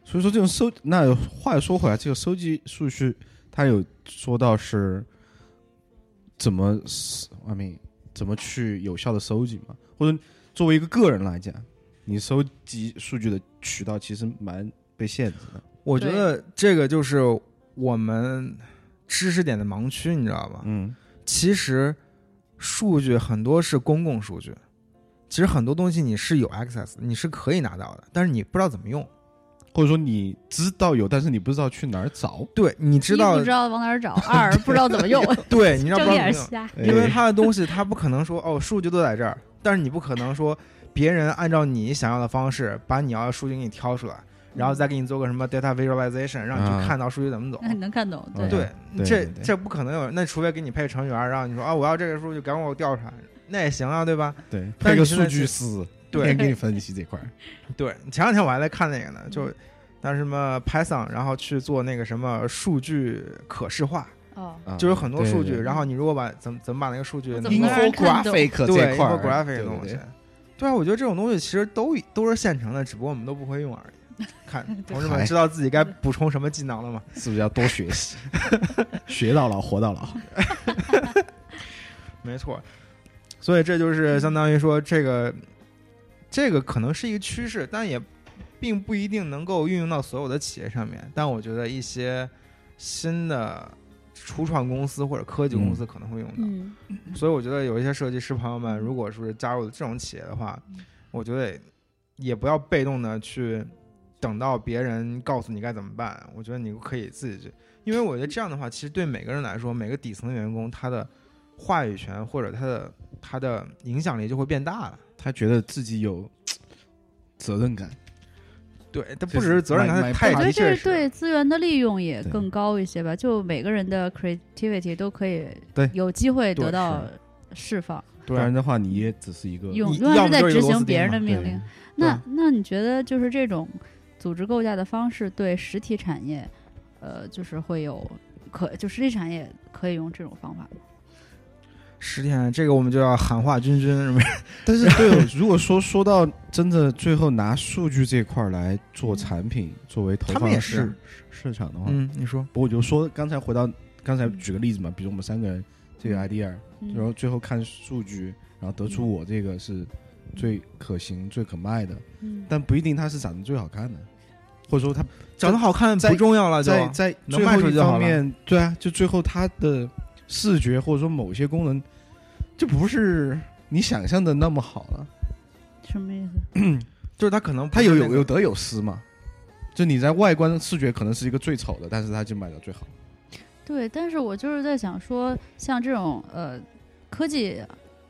Speaker 4: 所以说这种收，那话又说回来，这个收集数据，他有说到是怎么，I mean，怎么去有效的收集嘛？或者作为一个个人来讲，你收集数据的渠道其实蛮被限制的。
Speaker 2: 我觉得这个就是我们知识点的盲区，你知道吧？
Speaker 4: 嗯
Speaker 2: 其实数据很多是公共数据，其实很多东西你是有 access，的你是可以拿到的，但是你不知道怎么用。
Speaker 4: 或者说你知道有，但是你不知道去哪儿找。
Speaker 2: 对，你知
Speaker 3: 一
Speaker 2: 道
Speaker 3: 不，知道往哪儿找， 二不知道怎么用，
Speaker 2: 对， 你知道不
Speaker 3: 睁
Speaker 2: 知道
Speaker 3: 眼
Speaker 2: 怎么
Speaker 3: 瞎。
Speaker 4: 哎
Speaker 2: 用，因为它的东西它不可能说哦，数据都在这儿，但是你不可能说别人按照你想要的方式把你要的数据给你挑出来，然后再给你做个什么 data visualization，让你
Speaker 4: 啊
Speaker 2: 去看到数据怎么走。
Speaker 3: 那 你能看懂？对，
Speaker 2: 嗯对，
Speaker 4: 对
Speaker 2: 这
Speaker 4: 对
Speaker 2: 这不可能有，那除非给你配程序员，让你说啊，我要这个数据，赶快给我调出来，那也行啊，对吧？
Speaker 4: 对，
Speaker 2: 但
Speaker 4: 配
Speaker 2: 是
Speaker 4: 个
Speaker 2: 你现
Speaker 4: 数
Speaker 2: 在
Speaker 4: 据
Speaker 2: 是
Speaker 4: 师，
Speaker 2: 对
Speaker 4: 天天给你分析这块儿。
Speaker 2: 对，前两天我还在看那个呢，
Speaker 3: 嗯
Speaker 2: 就那什么 Python，然后去做那个什么数据可视化，
Speaker 3: 哦，
Speaker 4: 啊
Speaker 2: 就有很多数据，
Speaker 4: 对对
Speaker 2: 然后你如果把怎么怎么把那个数据
Speaker 3: 我怎
Speaker 2: 弄
Speaker 3: 么
Speaker 2: 到
Speaker 3: 能让人看懂
Speaker 4: infographic
Speaker 2: 对
Speaker 4: 这块儿对
Speaker 2: infographic 的
Speaker 4: 对
Speaker 2: 东
Speaker 4: 对
Speaker 2: 西，对啊，我觉得这种东西其实都都是现成的，只不过我们都不会用而已。看同志们，
Speaker 4: 嗨
Speaker 2: 知道自己该补充什么技能了吗？
Speaker 4: 是不是要多学 习？学到老，活到老。
Speaker 2: 没错，所以这就是相当于说，这个这个可能是一个趋势，但也并不一定能够运用到所有的企业上面。但我觉得一些新的初创公司或者科技公司可能会用到。
Speaker 3: 嗯，
Speaker 2: 所以我觉得有一些设计师朋友们，如果说是加入这种企业的话，
Speaker 3: 嗯
Speaker 2: 我觉得也也不要被动的去等到别人告诉你该怎么办。我觉得你可以自己去，因为我觉得这样的话，其实对每个人来说，每个底层的员工他的话语权或者他的他的影响力就会变大了。
Speaker 4: 他觉得自己有责任感。
Speaker 2: 对，
Speaker 4: 这
Speaker 2: 他不只
Speaker 4: 是
Speaker 2: 是责任感，
Speaker 4: 买
Speaker 2: 他也
Speaker 3: 我觉
Speaker 2: 的
Speaker 3: 得这
Speaker 2: 确
Speaker 3: 是对资源的利用也
Speaker 4: 对
Speaker 3: 更高一些吧，就每个人的 creativity 都可以
Speaker 4: 对
Speaker 3: 有机会
Speaker 2: 对
Speaker 3: 得到释放，
Speaker 4: 不
Speaker 2: 对
Speaker 4: 然的话，你也只是一个
Speaker 3: 永
Speaker 2: 你
Speaker 3: 永
Speaker 2: 要
Speaker 3: 远
Speaker 2: 么
Speaker 3: 在
Speaker 2: 就是
Speaker 3: 执
Speaker 2: 螺丝
Speaker 3: 行别
Speaker 2: 钉
Speaker 3: 人的
Speaker 4: 对
Speaker 3: 命令。那那你觉得就是这种组织构架的方式对实体产业，呃，就是会有可就实体产业可以用这种方法吗？
Speaker 2: 十天，这个我们就要喊话君君，是不是？
Speaker 4: 但是对我，如果说说到真的最后拿数据这块儿来做产品作为投
Speaker 2: 他们
Speaker 4: 放
Speaker 2: 也
Speaker 4: 市
Speaker 2: 是
Speaker 4: 市场的话，
Speaker 2: 嗯，你说，
Speaker 4: 我就说刚才回到刚才举个例子嘛，比如我们三个人这个 idea，
Speaker 3: 嗯
Speaker 4: 然后最后看数据，然后得出我这个是最可行、最可卖的，
Speaker 3: 嗯
Speaker 4: 但不一定它是长得最好看的，或者说它
Speaker 2: 长得好看
Speaker 4: 在
Speaker 2: 不重要了就，
Speaker 4: 在在
Speaker 2: 能
Speaker 4: 最
Speaker 2: 卖
Speaker 4: 后
Speaker 2: 出
Speaker 4: 一
Speaker 2: 去就好
Speaker 4: 方
Speaker 2: 了
Speaker 4: 面，对啊，就最后它的视觉或者说某些功能，就不是你想象的那么好了。
Speaker 3: 什么意思？
Speaker 2: 就是他可能不
Speaker 4: 它
Speaker 2: 是
Speaker 4: 有
Speaker 2: 那
Speaker 4: 有
Speaker 2: 个
Speaker 4: 有得有失嘛，就你在外观视觉可能是一个最丑的，但是它就卖的最好。
Speaker 3: 对，但是我就是在想说，像这种呃科技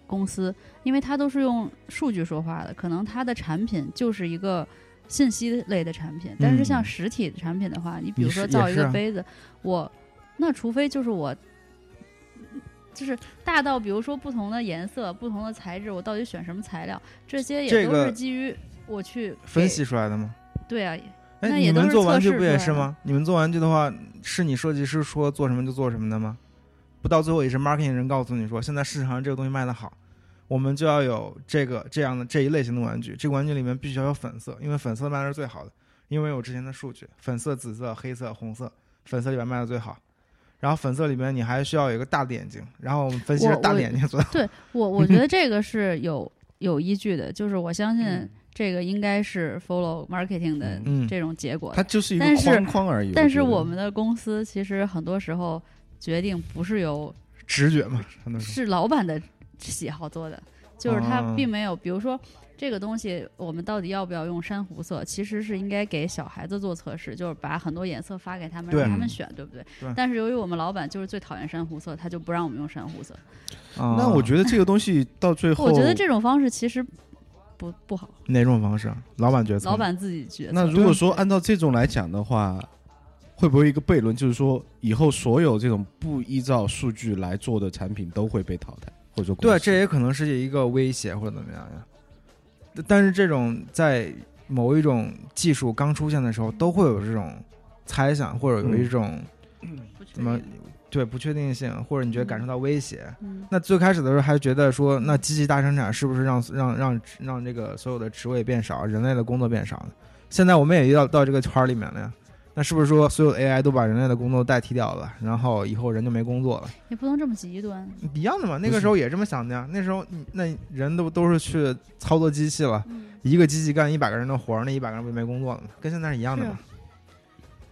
Speaker 3: 公司，因为它都是用数据说话的，可能它的产品就是一个信息类的产品。但是像
Speaker 4: 嗯
Speaker 3: 实体的产品的话，你比如
Speaker 2: 也
Speaker 3: 说
Speaker 2: 是
Speaker 3: 造
Speaker 2: 也
Speaker 3: 一
Speaker 2: 是
Speaker 3: 个
Speaker 2: 啊
Speaker 3: 杯子，我那除非就是我。就是大到，比如说不同的颜色、不同的材质，我到底选什么材料，这些
Speaker 2: 这
Speaker 3: 也都
Speaker 2: 个
Speaker 3: 是基于我去
Speaker 2: 分
Speaker 3: 给。
Speaker 2: 析出来的吗？
Speaker 3: 对啊，那
Speaker 2: 哎，
Speaker 3: 也
Speaker 2: 你
Speaker 3: 都
Speaker 2: 们
Speaker 3: 是
Speaker 2: 做
Speaker 3: 测
Speaker 2: 玩具
Speaker 3: 试
Speaker 2: 不也
Speaker 3: 出
Speaker 2: 是
Speaker 3: 来的
Speaker 2: 吗？你们做玩具的话，是你设计师说做什么就做什么的吗？不到最后也是 marketing 人告诉你说，现在市场上这个东西卖得好，我们就要有这个这样的这一类型的玩具。这个玩具里面必须要有粉色，因为粉色卖的是最好的，因为有之前的数据，粉色、紫色、黑色、红色，粉色里面卖的最好。然后粉色里面你还需要有一个大的眼睛，然后我们分析
Speaker 3: 我
Speaker 2: 了大
Speaker 3: 我
Speaker 2: 的眼睛做。
Speaker 3: 对我，我觉得这个是有有依据的，就是我相信这个应该是 follow marketing 的
Speaker 2: 嗯
Speaker 3: 这种结果的。
Speaker 4: 它就是一个
Speaker 3: 但是
Speaker 4: 框框而已。
Speaker 3: 但是
Speaker 4: 觉得
Speaker 3: 我们的公司其实很多时候决定不是由
Speaker 2: 直觉嘛，很多时
Speaker 3: 是老板的喜好做的，就是
Speaker 2: 哦
Speaker 3: 他并没有，比如说这个东西我们到底要不要用珊瑚色，其实是应该给小孩子做测试，就是把很多颜色发给他们，
Speaker 2: 对
Speaker 3: 让他们选，对不对
Speaker 2: 对？
Speaker 3: 但是由于我们老板就是最讨厌珊瑚色，他就不让我们用珊瑚色。
Speaker 2: 候啊
Speaker 4: 那我觉得这个东西到最后，
Speaker 3: 我觉得这种方式其实不不好，
Speaker 2: 哪种方式啊？老板决策，
Speaker 3: 老板自己决策。
Speaker 4: 那如果说按照这种来讲的话，会不会一个悖论，就是说以后所有这种不依照数据来做的产品都会被淘汰，或者说公
Speaker 2: 对，啊
Speaker 4: 司
Speaker 2: 这也可能是一个威胁或者怎么样呀。但是这种在某一种技术刚出现的时候，都会有这种猜想，或者有一种、
Speaker 3: 不确
Speaker 2: 怎么
Speaker 3: 定
Speaker 2: 对不确定性，或者你觉得感受到威胁。
Speaker 3: 嗯，
Speaker 2: 那最开始的时候还觉得说，那机器大生产是不是让让让让这个所有的职位变少，人类的工作变少呢？现在我们也遇到到这个圈儿里面了呀。那是不是说所有的 AI 都把人类的工作代替掉了，然后以后人就没工作了？
Speaker 3: 也不能这么极端。
Speaker 2: 一样的嘛，那
Speaker 4: 不
Speaker 2: 个
Speaker 4: 是
Speaker 2: 时候也这么想的呀。那时候你那人都都是去操作机器了，
Speaker 3: 嗯，
Speaker 2: 一个机器干一百个人的活儿，那一百个人不就没工作了吗？跟现在是一样的嘛。
Speaker 3: 啊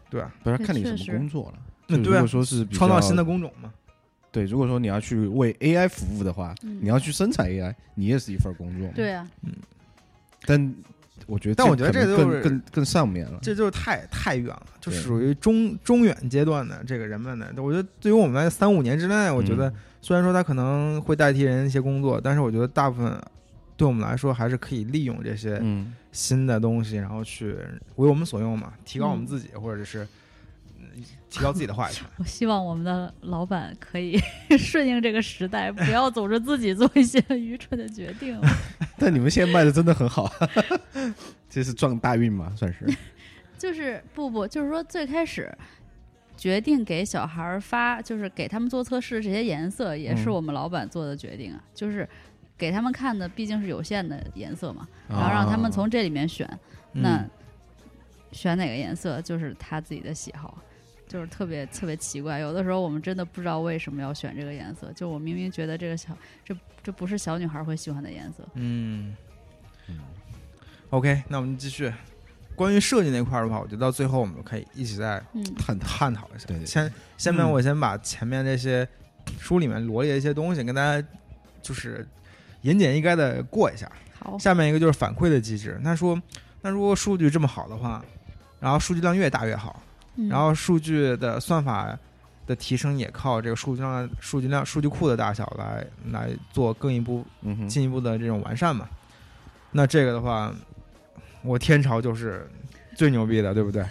Speaker 2: 对啊，
Speaker 4: 不是
Speaker 3: 对
Speaker 4: 看你
Speaker 3: 确
Speaker 4: 什
Speaker 3: 实
Speaker 4: 么工作了。
Speaker 2: 嗯
Speaker 4: 就
Speaker 2: 对啊
Speaker 4: 如果说是比
Speaker 2: 创造
Speaker 4: 较嗯
Speaker 2: 新的工种嘛。
Speaker 4: 对，如果说你要去为 AI 服务的话，
Speaker 3: 嗯
Speaker 4: 你要去生产 AI，你也是一份工作嘛。
Speaker 3: 对啊，
Speaker 4: 但我觉得，
Speaker 2: 但我觉得
Speaker 4: 可能
Speaker 2: 这就
Speaker 4: 更
Speaker 2: 是
Speaker 4: 更更上面了。
Speaker 2: 这就是太太远了，就
Speaker 4: 对
Speaker 2: 属于中中远阶段的这个人们的。我觉得对于我们来三五年之内，我觉
Speaker 4: 嗯
Speaker 2: 得虽然说它可能会代替人一些工作，但是我觉得大部分对我们来说还是可以利用这些
Speaker 4: 嗯，
Speaker 2: 新的东西，然后去为我们所用嘛，提高我们自己，或者是嗯提高自己的话语权。
Speaker 3: 我希望我们的老板可以 顺应这个时代，不要总是自己做一些愚蠢的决定。
Speaker 4: 但你们现在卖的真的很好， 这是撞大运嘛，算是。
Speaker 3: 就是不不，就是说最开始决定给小孩儿发，就是给他们做测试，这些颜色也是
Speaker 4: 嗯
Speaker 3: 我们老板做的决定啊，就是给他们看的毕竟是有限的颜色嘛，
Speaker 4: 啊
Speaker 3: 然后让他们从这里面选，那
Speaker 2: 嗯
Speaker 3: 选哪个颜色就是他自己的喜好。就是特别特别奇怪，有的时候我们真的不知道为什么要选这个颜色。就我明明觉得这个小这这不是小女孩会喜欢的颜色，
Speaker 2: 嗯，OK，那我们继续。关于设计那块儿的话，我觉得到最后我们可以一起再
Speaker 3: 嗯，
Speaker 4: 探讨。
Speaker 2: 探讨一下。
Speaker 4: 对对对
Speaker 2: 先先面
Speaker 4: 嗯
Speaker 2: 我先把前面这些书里面罗列的一些东西跟大家就是言简意赅的过一下。
Speaker 3: 好，
Speaker 2: 下面一个就是反馈的机制。他说，那如果数据这么好的话，然后数据量越大越好，
Speaker 3: 嗯
Speaker 2: 然后数据的算法的提升也靠这个数据量、数据量、数据库的大小来来做更一步
Speaker 4: 嗯哼，
Speaker 2: 进一步的这种完善嘛。那这个的话，我天朝就是最牛逼的，对不对？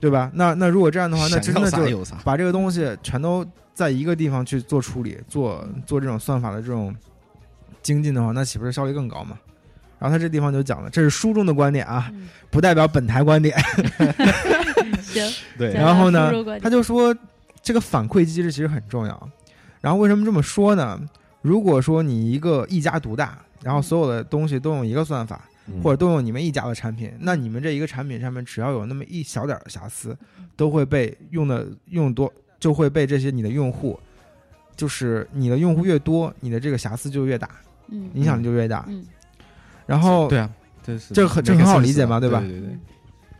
Speaker 2: 对吧？那那如果这样的话，那真的
Speaker 4: 想要啥
Speaker 2: 就
Speaker 4: 有啥。
Speaker 2: 把这个东西全都在一个地方去做处理，做做这种算法的这种精进的话，那岂不是效率更高嘛？然后他这地方就讲了，这是书中的观点啊，
Speaker 3: 嗯
Speaker 2: 不代表本台观点。
Speaker 3: 行，
Speaker 4: 对
Speaker 3: 咱
Speaker 2: 然后
Speaker 3: 俩
Speaker 2: 呢
Speaker 3: 输入观
Speaker 2: 他
Speaker 3: 点
Speaker 2: 就说这个反馈机制其实很重要。然后为什么这么说呢？如果说你一个一家独大，然后所有的东西都用一个算法，
Speaker 4: 嗯
Speaker 2: 或者都用你们一家的产品，那你们这一个产品上面只要有那么一小点儿的瑕疵，都会被用的用多，就会被这些你的用户，就是你的用户越多，你的这个瑕疵就越大，
Speaker 3: 嗯
Speaker 2: 影响力就越大。
Speaker 3: 嗯
Speaker 2: 然后
Speaker 4: 对啊，这是
Speaker 2: 这很这很好理解嘛对吧
Speaker 4: 对对对，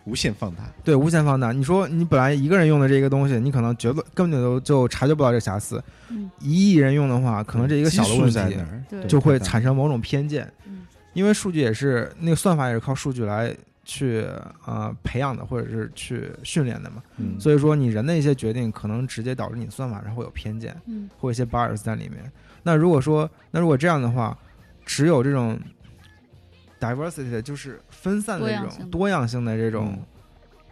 Speaker 4: 无限放大。
Speaker 2: 对无限放大，你说你本来一个人用的这个东西，你可能绝不根本就就察觉不到这个瑕疵，
Speaker 3: 嗯
Speaker 2: 一亿人用的话，可能这一个小的问
Speaker 4: 嗯基数在
Speaker 2: 题
Speaker 4: 那儿
Speaker 3: 对
Speaker 2: 就会产生某种偏见，
Speaker 3: 嗯
Speaker 2: 因为数据也是那个算法也是靠数据来去呃培养的，或者是去训练的嘛。
Speaker 4: 嗯
Speaker 2: 所以说你人的一些决定可能直接导致你算法上会有偏见，
Speaker 3: 嗯
Speaker 2: 会有一些 bias 在里面。那如果说那如果这样的话，只有这种 diversity 就是分散的这
Speaker 3: 多样性
Speaker 2: 种
Speaker 3: 的
Speaker 2: 多样性的这种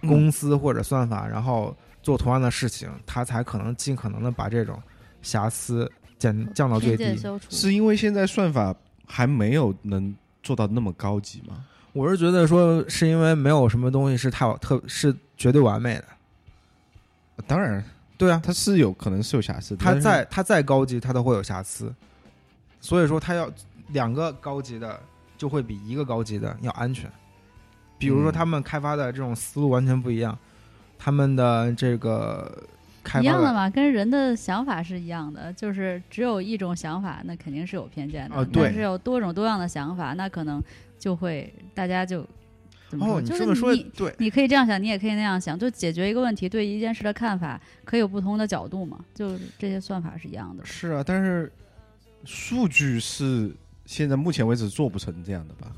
Speaker 2: 公司或者算法，然后做同样的事情，它才可能尽可能的把这种瑕疵减嗯降到最
Speaker 3: 偏
Speaker 2: 低。
Speaker 3: 见消除
Speaker 4: 是因为现在算法还没有能做到那么高级嘛？
Speaker 2: 我是觉得说，是因为没有什么东西是太好特是绝对完美的。
Speaker 4: 呃当然，
Speaker 2: 对啊，
Speaker 4: 它是有可能是有瑕疵的。
Speaker 2: 它
Speaker 4: 但是
Speaker 2: 再它再高级，它都会有瑕疵。所以说，它要两个高级的就会比一个高级的要安全。比如说，
Speaker 4: 嗯
Speaker 2: 他们开发的这种思路完全不一样，他们的这个开
Speaker 3: 一
Speaker 2: 发
Speaker 3: 样的嘛，跟人的想法是一样的，就是只有一种想法，那肯定是有偏见的。
Speaker 2: 啊对
Speaker 3: 但是有多种多样的想法，那可能就会大家就怎么
Speaker 2: 哦，
Speaker 3: 说？
Speaker 2: 你
Speaker 3: 嗯就
Speaker 2: 这
Speaker 3: 是
Speaker 2: 么说
Speaker 3: 你
Speaker 2: 对，
Speaker 3: 你可以这样想，你也可以那样想，就解决一个问题，对一件事的看法可以有不同的角度嘛，就是这些算法是一样的。
Speaker 4: 是啊，但是数据是现在目前为止做不成这样的吧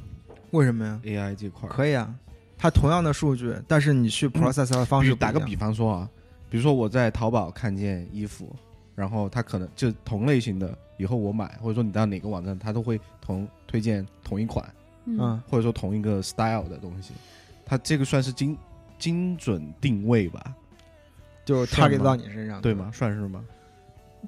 Speaker 2: 为什么呀？
Speaker 4: ？AI 这块儿
Speaker 2: 可以啊，它同样的数据，但是你去 process 它的方
Speaker 4: 嗯比
Speaker 2: 式不一
Speaker 4: 打
Speaker 2: 样，
Speaker 4: 个比方说啊，比如说我在淘宝看见衣服，然后它可能就同类型的，以后我买，或者说你到哪个网站，它都会同推荐同一款，
Speaker 2: 嗯，
Speaker 4: 或者说同一个 style 的东西，它这个算是精精准定位吧，
Speaker 2: 就是
Speaker 4: 吗
Speaker 2: target 到你身上，
Speaker 4: 对吗？？算是吗？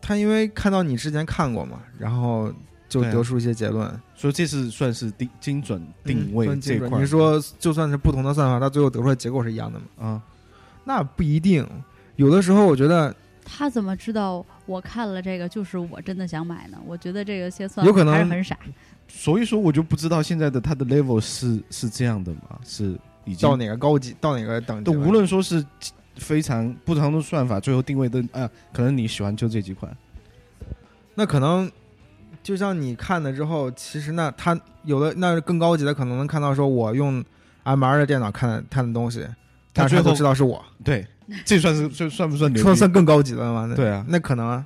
Speaker 2: 他因为看到你之前看过嘛，然后就
Speaker 4: 对啊
Speaker 2: 得出一些结论，
Speaker 4: 所以这是算是定精准定
Speaker 2: 嗯
Speaker 4: 位
Speaker 2: 分
Speaker 4: 这
Speaker 2: 精
Speaker 4: 块
Speaker 2: 准
Speaker 4: 儿、
Speaker 2: 你说就算是不同的算法，它最后得出来结果是一样的吗？
Speaker 4: 啊，
Speaker 2: 那不一定，有的时候我觉得
Speaker 3: 他怎么知道我看了这个就是我真的想买呢？我觉得这个些算
Speaker 2: 有可能
Speaker 3: 还是很傻。
Speaker 4: 所以说我就不知道现在的它的 level 是是这样的吗？是已经
Speaker 2: 到哪个高级，到哪个等级
Speaker 4: 都
Speaker 2: 了，
Speaker 4: 无论说是非常不同的算法，最后定位的啊，可能你喜欢就这几款，
Speaker 2: 那可能就像你看了之后，其实那他有的那更高级的可能能看到说我用 M R 的电脑看的看的东西，但是
Speaker 4: 最
Speaker 2: 他
Speaker 4: 后
Speaker 2: 都知道是我，
Speaker 4: 对，这算是这算不算牛
Speaker 2: 说
Speaker 4: 逼？
Speaker 2: 算更高级的了吗？那
Speaker 4: 对啊，
Speaker 2: 那可能啊，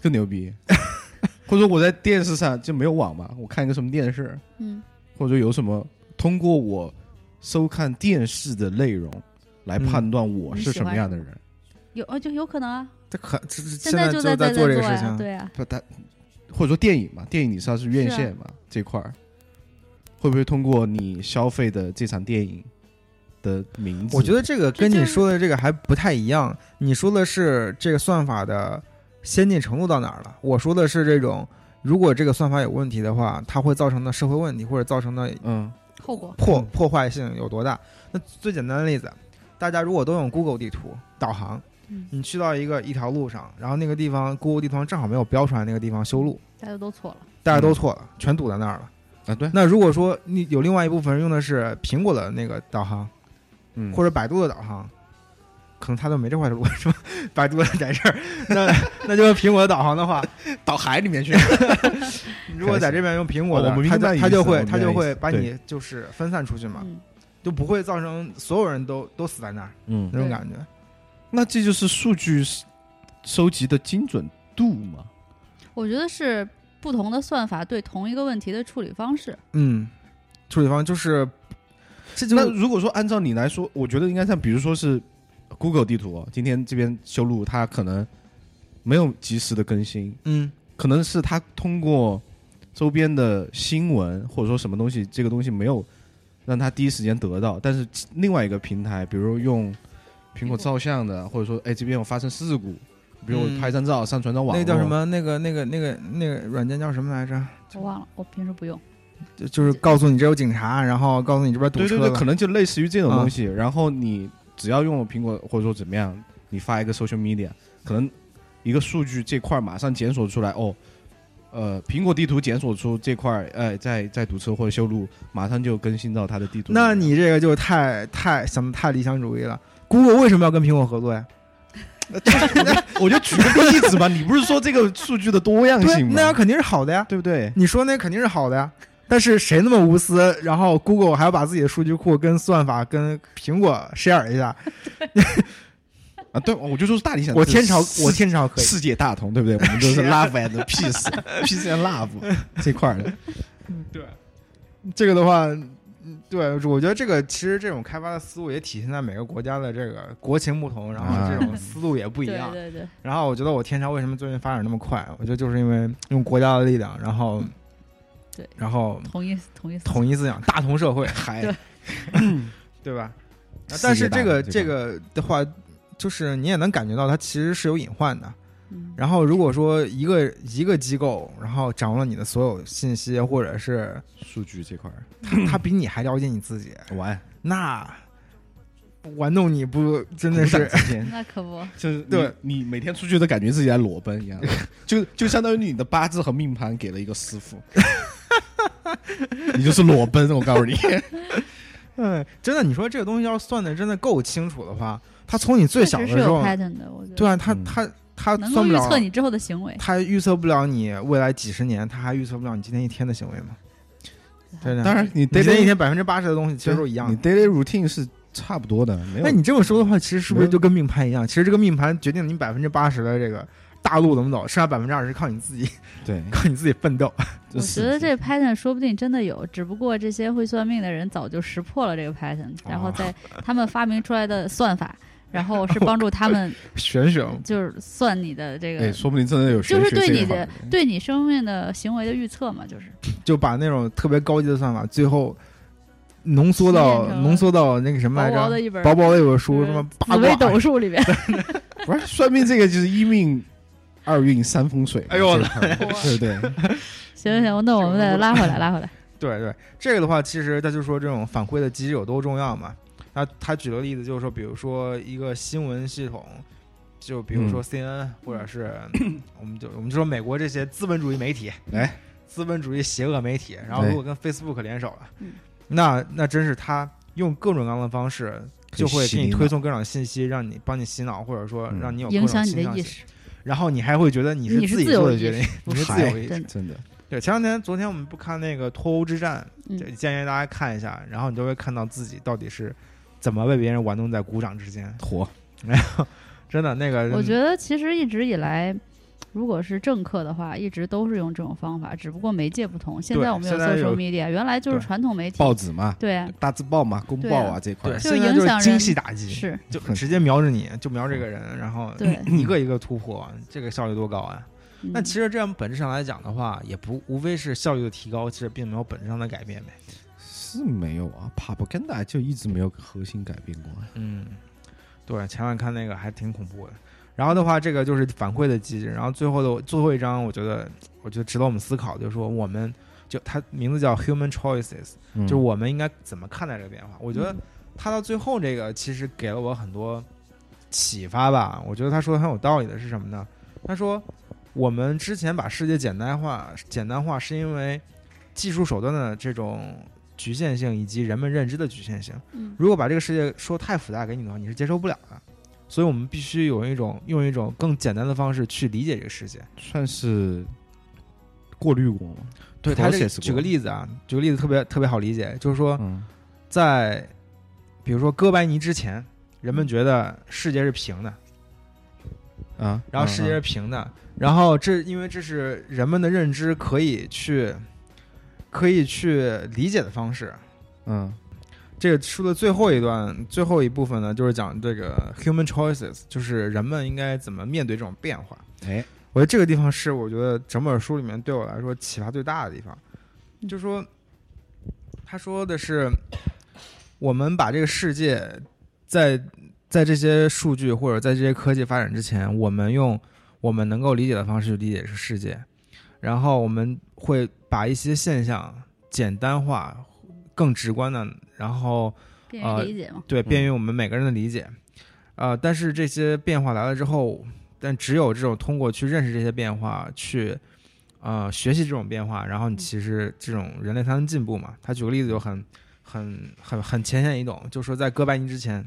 Speaker 4: 更牛逼。 或者说我在电视上就没有网嘛，我看一个什么电视，
Speaker 3: 嗯，
Speaker 4: 或者有什么通过我收看电视的内容来判断
Speaker 2: 嗯
Speaker 4: 我是什么样的人。
Speaker 3: 有呃就有可能啊，
Speaker 2: 这可这这
Speaker 3: 现
Speaker 2: 在
Speaker 3: 就
Speaker 2: 就
Speaker 3: 在
Speaker 2: 在
Speaker 3: 做
Speaker 2: 这个事
Speaker 3: 呀、
Speaker 2: 情，
Speaker 3: 对啊，
Speaker 4: 不，它或者说电影嘛，电影你知道是院
Speaker 3: 是啊
Speaker 4: 线嘛、这块儿，会不会通过你消费的这场电影的名字？
Speaker 2: 我觉得这个跟
Speaker 3: 这就
Speaker 2: 你
Speaker 3: 是
Speaker 2: 说的这个还不太一样，你说的是这个算法的先进程度到哪儿了，我说的是这种。如果这个算法有问题的话，它会造成的社会问题或者造成的
Speaker 4: 嗯，
Speaker 3: 后果
Speaker 2: 破破坏性有多大？那最简单的例子，大家如果都用 Google 地图导航
Speaker 3: 嗯，
Speaker 2: 你去到一个一条路上，然后那个地方 Google 地图上正好没有标出来那个地方修路，
Speaker 3: 大家都错了。
Speaker 2: 大家都错了，全堵在那儿了。
Speaker 4: 啊，对，
Speaker 2: 那如果说你有另外一部分人用的是苹果的那个导航
Speaker 4: 嗯，
Speaker 2: 或者百度的导航，可能他都没这块路，是吧？百度的在这儿，那那就是苹果的导航的话，
Speaker 4: 到海里面去。
Speaker 2: 如果在这边用苹果的
Speaker 4: 哦我，明
Speaker 2: 他
Speaker 4: 白
Speaker 2: 就
Speaker 4: 意
Speaker 2: 他
Speaker 4: 思
Speaker 2: 就
Speaker 4: 我
Speaker 2: 会
Speaker 4: 明白
Speaker 2: 他就
Speaker 4: 意思
Speaker 2: 会把
Speaker 4: 对
Speaker 2: 你就是分散出去嘛，
Speaker 3: 嗯，
Speaker 2: 就不会造成所有人都都死在那儿。
Speaker 4: 嗯，
Speaker 2: 那种
Speaker 3: 对
Speaker 2: 感觉。
Speaker 4: 那这就是数据收集的精准度嘛？
Speaker 3: 我觉得是不同的算法对同一个问题的处理方式。
Speaker 2: 嗯，处理方就是，这就
Speaker 4: 那如果说按照你来说，我觉得应该像比如说是 Google 地图、哦今天这边修路，它可能没有及时的更新，
Speaker 2: 嗯
Speaker 4: 可能是它通过周边的新闻或者说什么东西，这个东西没有让它第一时间得到，但是另外一个平台，比如用苹
Speaker 3: 苹
Speaker 4: 果
Speaker 3: 果
Speaker 4: 照相的，或者说哎这边有发生事故，比如
Speaker 2: 嗯
Speaker 4: 我拍张照、上传到网
Speaker 2: 那
Speaker 4: 络，
Speaker 2: 个叫什？么？那个那个那个那个软件叫什么来着？
Speaker 3: 我忘了，我平时不用。
Speaker 2: 就就是告诉你这有警察，然后告诉你这边堵
Speaker 4: 对
Speaker 2: 车
Speaker 4: 对对，可
Speaker 2: 了。
Speaker 4: 能就类似于这种
Speaker 2: 啊
Speaker 4: 东西。然后你只要用了苹果或者说怎么样，你发一个 social media，可能一个数据这块儿马上检索出来哦，呃，苹果地图检索出这块儿，哎，在在堵车或者修路，马上就更新到它的地图里面。
Speaker 2: 那你这个就太太想的太理想主义了。Google 为什么要跟苹果合作呀？
Speaker 4: 我就举个例子吧，你不是说这个数据的多样
Speaker 2: 对
Speaker 4: 性，吗？
Speaker 2: 那样肯定是好的呀。
Speaker 4: 对不对？
Speaker 2: 你说那肯定是好的呀。但是谁那么无私？然后 Google 还要把自己的数据库跟算法跟苹果 share 一下？
Speaker 4: 啊，对，我就说是大理想。
Speaker 2: 我天朝
Speaker 4: 世
Speaker 2: 我天朝可以。
Speaker 4: 世界大同，对 不对？我们都是
Speaker 2: 是啊
Speaker 4: love and peace，peace and love 这块 儿的。
Speaker 2: 这个的话，嗯对，我觉得这个其实这种开发的思路也体现在每个国家的这个国情不同，然
Speaker 4: 啊
Speaker 2: 后这种思路也不
Speaker 3: 不
Speaker 2: 一样。
Speaker 3: 对对对，
Speaker 2: 然后我觉得我天朝为什么最近发展那么快，我觉得就是因为用国家的力量，然后
Speaker 3: 对
Speaker 2: 然后
Speaker 3: 同意同意思
Speaker 2: 统一思想，大同社 会，
Speaker 4: 嗨
Speaker 3: 对，
Speaker 2: 对吧？啊
Speaker 4: 世界
Speaker 2: 但是
Speaker 4: 大
Speaker 2: 这个
Speaker 4: 同
Speaker 2: 这个的话，就是你也能感觉到它其实是有隐患的。
Speaker 3: 嗯，
Speaker 2: 然后如果说一个一个机构，然后掌握了你的所有信息，或者 是
Speaker 4: 数据这块儿，
Speaker 2: 他比你还了解你自己，
Speaker 4: 晚安。
Speaker 2: 那玩弄你不真的
Speaker 4: 鼓
Speaker 2: 是
Speaker 4: 掌之 间，
Speaker 3: 那可不，
Speaker 4: 就是你
Speaker 2: 对
Speaker 4: 你每天出去都感觉自己在裸奔一 样，就就相当于你的八字和命盘给了一个师 傅，你就是裸奔，我告 诉你，
Speaker 2: 嗯，真的，你说这个东西要算的真的够清楚的话，他从你最小的
Speaker 3: 确实是
Speaker 2: 时
Speaker 3: 有
Speaker 2: 候，
Speaker 3: pattern 的，我觉得
Speaker 2: 对啊，他
Speaker 4: 嗯
Speaker 2: 他他
Speaker 3: 能
Speaker 2: 算
Speaker 3: 够
Speaker 2: 不
Speaker 3: 预
Speaker 2: 了啊
Speaker 3: 测，你之后的行为。
Speaker 2: 他预测不了你未来几十年，他还预测不了你今天一天的行为吗？真的。
Speaker 4: 当然，你
Speaker 2: 你这
Speaker 4: daily
Speaker 2: 一天百分之八十的东西其实都一样
Speaker 4: 你
Speaker 2: 的。
Speaker 4: daily routine 是差不多的，没有
Speaker 2: 那你这么嗯说的话，其实是不
Speaker 4: 没
Speaker 2: 是
Speaker 4: 有
Speaker 2: 就跟命盘一样？其实这个命盘决定了你百分之八十的这个大路怎么走，剩下百分之二十靠你自己，
Speaker 4: 对。
Speaker 2: 靠你自己奋斗。
Speaker 3: 我
Speaker 4: 是
Speaker 3: 觉得这 pattern 说不定真的有，只不过这些会算命的人早就识破了这个 pattern，然
Speaker 2: 哦
Speaker 3: 后在他们发明出来的算法，然后是帮助他 们
Speaker 2: 玄学嘛，
Speaker 3: 就是算你的这
Speaker 4: 哎，
Speaker 3: 个
Speaker 4: 说不定真的有玄
Speaker 3: 就是
Speaker 4: 学
Speaker 3: 对
Speaker 4: 这一
Speaker 3: 你
Speaker 4: 块
Speaker 3: 的
Speaker 4: 儿
Speaker 3: 对你生命的行为的预测嘛，就是
Speaker 2: 就把那种特别高级的算法，最后浓缩到
Speaker 3: 提炼成
Speaker 2: 浓缩到那个什么
Speaker 3: 薄
Speaker 2: 来
Speaker 3: 薄
Speaker 2: 着？
Speaker 3: 的一本
Speaker 2: 薄薄的有本
Speaker 3: 就
Speaker 2: 书，
Speaker 3: 是
Speaker 2: 什么八
Speaker 3: 紫微斗
Speaker 2: 卦。
Speaker 3: 数里面，
Speaker 4: 不是算命这个就是一命、二运、三风水。
Speaker 2: 哎呦我的
Speaker 4: 这一块儿对不对？
Speaker 3: 行行行，那我们再拉回 来，拉回来。
Speaker 2: 对对，这个的话，其实他就说这种反馈的机制有多重要嘛？那他举了例子，就是说，比如说一个新闻系统，就比如说 CNN，、或者是我们就我们就说美国这些资本主义媒体，
Speaker 4: 来
Speaker 2: 资本主义邪恶媒体，然后
Speaker 4: 对
Speaker 2: 如果跟 Facebook 联手了，
Speaker 3: 嗯
Speaker 2: 那那真是他用各种各样的方式。就会给你推
Speaker 4: 送。
Speaker 2: 送各种信息，让你帮你洗脑，或者说
Speaker 4: 嗯
Speaker 2: 让你有各
Speaker 3: 影
Speaker 2: 种
Speaker 3: 响你的
Speaker 2: 倾向
Speaker 3: 意
Speaker 2: 性，
Speaker 3: 识，
Speaker 2: 然后你还会觉得你
Speaker 3: 你
Speaker 2: 是
Speaker 3: 是
Speaker 2: 自己
Speaker 3: 自由
Speaker 2: 做的
Speaker 3: 意
Speaker 2: 决
Speaker 3: 识
Speaker 2: 定，
Speaker 3: 不
Speaker 2: 你是
Speaker 3: 是
Speaker 2: 自由意识
Speaker 3: 真。的
Speaker 4: 真的，
Speaker 2: 对，前两天昨天我们不看那个脱欧之战，
Speaker 3: 嗯
Speaker 2: 就建议大家看一下，然后你就会看到自己到底是怎么被别人玩弄在鼓掌之间。
Speaker 4: 火
Speaker 2: 真的，那个
Speaker 3: 我觉得其实一直以来，如果是政客的话，一直都是用这种方法，只不过媒介不同。现在我们有
Speaker 2: 现在
Speaker 3: social
Speaker 2: 有
Speaker 3: media，原来就是
Speaker 2: 对嗯
Speaker 3: 传统媒体。
Speaker 4: 报纸嘛，
Speaker 3: 对，啊
Speaker 4: 大字报嘛，公报
Speaker 3: 对
Speaker 4: 啊
Speaker 3: 啊
Speaker 4: 这块儿
Speaker 2: 对，
Speaker 3: 就
Speaker 2: 现在
Speaker 3: 影
Speaker 2: 就是
Speaker 3: 响
Speaker 2: 精
Speaker 3: 人
Speaker 2: 细打击，
Speaker 3: 是，
Speaker 2: 就直接瞄着你，就瞄这个人，然后
Speaker 3: 对。
Speaker 2: 一个一个突破，这个效率多高啊！嗯那
Speaker 3: 嗯
Speaker 2: 其实这样本质上来讲的话，也不无非是效率的提高，其实并没有本质上的改变呗。
Speaker 4: 是没有啊，propaganda 就一直没有核心改变过啊。
Speaker 2: 嗯，对，前两天看那个还挺恐怖的。然后的话，这个就是反馈的机制。然后最后的最后一章，我觉得我觉得值得我们思考，就是说我们就它名字叫 Human Choices，、
Speaker 4: 嗯
Speaker 2: 就是我们应该怎么看待这个变化。我觉得他到最后这个其实给了我很多启发吧。我觉得他说的很有道理的是什么呢？他说我们之前把世界简单化，简单化是因为技术手段的这种局限性以及人们认知的局限性。
Speaker 3: 嗯
Speaker 2: 如果把这个世界说太复杂给你的话，你是接受不了的。所以我们必须有一种用一种更简单的方式去理解这个世界。
Speaker 4: 算是过滤过嘛。
Speaker 2: 对他这个
Speaker 4: Process 过
Speaker 2: 举个例子啊，举个例子特别特别好理解，就是说
Speaker 4: 嗯，
Speaker 2: 在比如说哥白尼之前，人们觉得世界是平的，
Speaker 4: 啊，
Speaker 2: 然后世界是平的，然后这因为这是人们的认知可以去可以去理解的方式。
Speaker 4: 嗯，
Speaker 2: 这个书的最后一段最后一部分呢，就是讲这个 human choices，就是人们应该怎么面对这种变化。
Speaker 4: 嗯哎，
Speaker 2: 我觉得这个地方是我觉得整本书里面对我来说启发最大的地方，就说他说的是，我们把这个世界在在这些数据或者在这些科技发展之前，我们用我们能够理解的方式去理解这个世界，然后我们会把一些现象简单化、更直观的，然后
Speaker 3: 便
Speaker 2: 呃
Speaker 3: 于理解嘛。
Speaker 2: 对，便
Speaker 4: 嗯
Speaker 2: 于我们每个人的理解。呃，但是这些变化来了之后，但只有这种通过去认识这些变化，去呃学习这种变化，然后你其实这种人类才能进步嘛。他举个例子就很很很很浅显易懂，就说在哥白尼之前，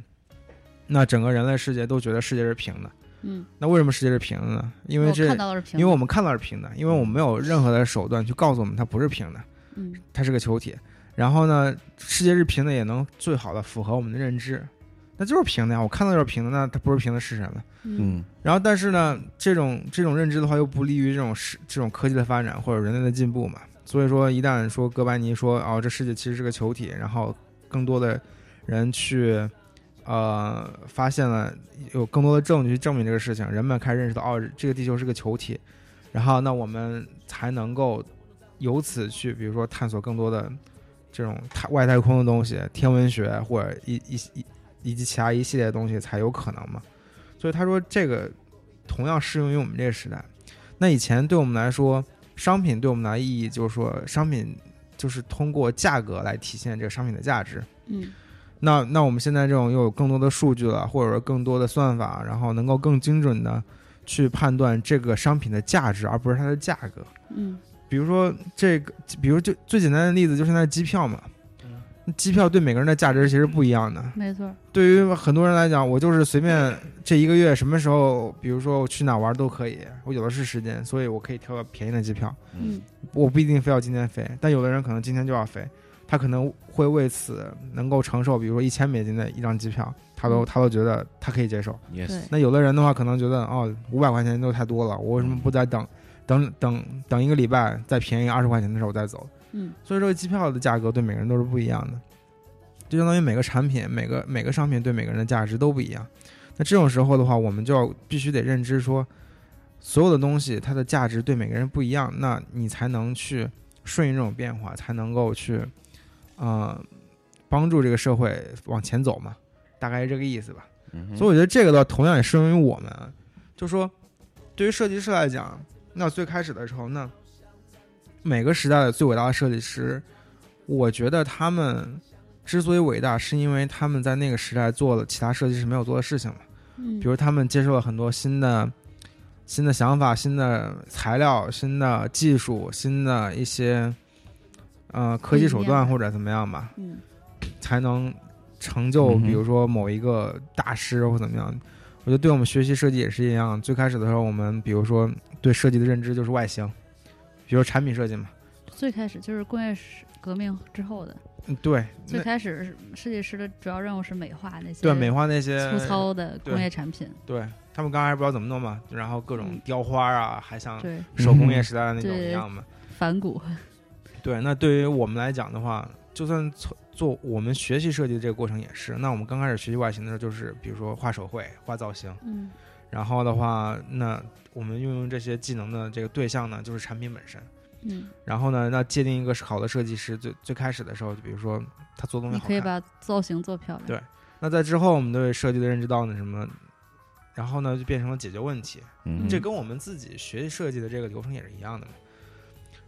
Speaker 2: 那整个人类世界都觉得世界是平的。
Speaker 3: 嗯，
Speaker 2: 那为什么世界是平的呢？因为
Speaker 3: 我
Speaker 2: 这
Speaker 3: 看到的是
Speaker 2: 因
Speaker 3: 平
Speaker 2: 为
Speaker 3: 的，
Speaker 2: 我们看到是平的，因为我们没有任何的手段去告诉我们它不是平的。
Speaker 3: 嗯
Speaker 2: 它是个球体。然后呢，世界是平的，也能最好的符合我们的认知，那就是平的呀。我看到就是平的，那它不是平的是什么？
Speaker 3: 嗯
Speaker 4: 嗯，
Speaker 2: 然后，但是呢，这种这种认知的话，又不利于这种世这种科技的发展或者人类的进步嘛。所以说，一旦说哥白尼说哦，这世界其实是个球体，然后更多的人去呃发现了有更多的证据去证明这个事情，人们开始认识到哦，这个地球是个球体，然后那我们才能够由此去，比如说探索更多的这种太外太空的东西，天文学或者一一一以及其他一系列的东西才有可能嘛。所以他说这个同样适用于我们这个时代。那以前对我们来说，商品对我们的意义就是说，商品就是通过价格来体现这个商品的价值。
Speaker 3: 嗯
Speaker 2: 那那我们现在这种又有更多的数据了，或者说更多的算法，然后能够更精准的去判断这个商品的价值，而不是它的价格。
Speaker 3: 嗯
Speaker 2: 比如说这个，比如就最简单的例子就是那机票嘛。机票对每个人的价值其实不一样的。
Speaker 3: 嗯没错，
Speaker 2: 对于很多人来讲，我就是随便这一个月什么时候，比如说我去哪玩都可以，我有的是时间，所以我可以挑个便宜的机票。
Speaker 3: 嗯，
Speaker 2: 我不一定非要今天飞，但有的人可能今天就要飞，他可能会为此能够承受，比如说一千美金的一张机票，他都他都觉得他可以接受。
Speaker 1: ，yes，
Speaker 3: 嗯对，
Speaker 2: 那有的人的话，可能觉得哦，五百块钱都太多了，我为什么不再等等等等一个礼拜，再便宜二十块钱的时候我再走？
Speaker 3: 嗯，
Speaker 2: 所以说机票的价格对每个人都是不一样的，就相当于每个产品、每个每个商品对每个人的价值都不一样。那这种时候的话，我们就要必须得认知说，所有的东西它的价值对每个人不一样，那你才能去顺应这种变化，才能够去，呃，帮助这个社会往前走嘛，大概是这个意思吧。所以我觉得这个的话同样也适用于我们啊，就说对于设计师来讲，那最开始的时候，那每个时代的最伟大的设计师，我觉得他们之所以伟大，是因为他们在那个时代做了其他设计师没有做的事情嘛，
Speaker 3: 嗯
Speaker 2: 比如他们接受了很多新的。新的想法、新的材料、新的技术、新的一些，呃，科技手段
Speaker 3: 不一样的
Speaker 2: 或者怎么样吧，
Speaker 3: 嗯
Speaker 2: 才能成就，
Speaker 4: 嗯哼
Speaker 2: 比如说某一个大师或怎么样。我觉得对我们学习设计也是一样。最开始的时候，我们比如说对设计的认知就是外形，比如产品设计嘛，
Speaker 3: 最开始就是工业时革命之后的，
Speaker 2: 嗯，对，
Speaker 3: 最
Speaker 2: 那
Speaker 3: 开始是设计师的主要任务是美化那些
Speaker 2: 对美化那些
Speaker 3: 粗，糙的
Speaker 2: 呃对
Speaker 3: 工业产品，
Speaker 2: 对他们刚开始不知道怎么弄嘛，然后各种
Speaker 3: 嗯
Speaker 2: 雕花啊，还像
Speaker 3: 对，嗯
Speaker 2: 手工业时代的那种
Speaker 3: 对
Speaker 2: 一样嘛。
Speaker 3: 反骨，
Speaker 2: 对，那对于我们来讲的话，就算做做我们学习设计的这个过程也是，那我们刚开始学习外形的时候，就是比如说画手绘、画造型，
Speaker 3: 嗯
Speaker 2: 然后的话，那我们运用这些技能的这个对象呢，就是产品本身。
Speaker 3: 嗯，
Speaker 2: 然后呢，那界定一个好的设计师，最最开始的时候，就比如说他做东西
Speaker 3: 你
Speaker 2: 好
Speaker 3: 可以
Speaker 2: 看。
Speaker 3: 把造型做漂亮，
Speaker 2: 对那在之后，我们对设计的认知到呢什么，然后呢就变成了解决问题。
Speaker 1: 嗯
Speaker 2: 这跟我们自己学习设计的这个流程也是一样的嘛。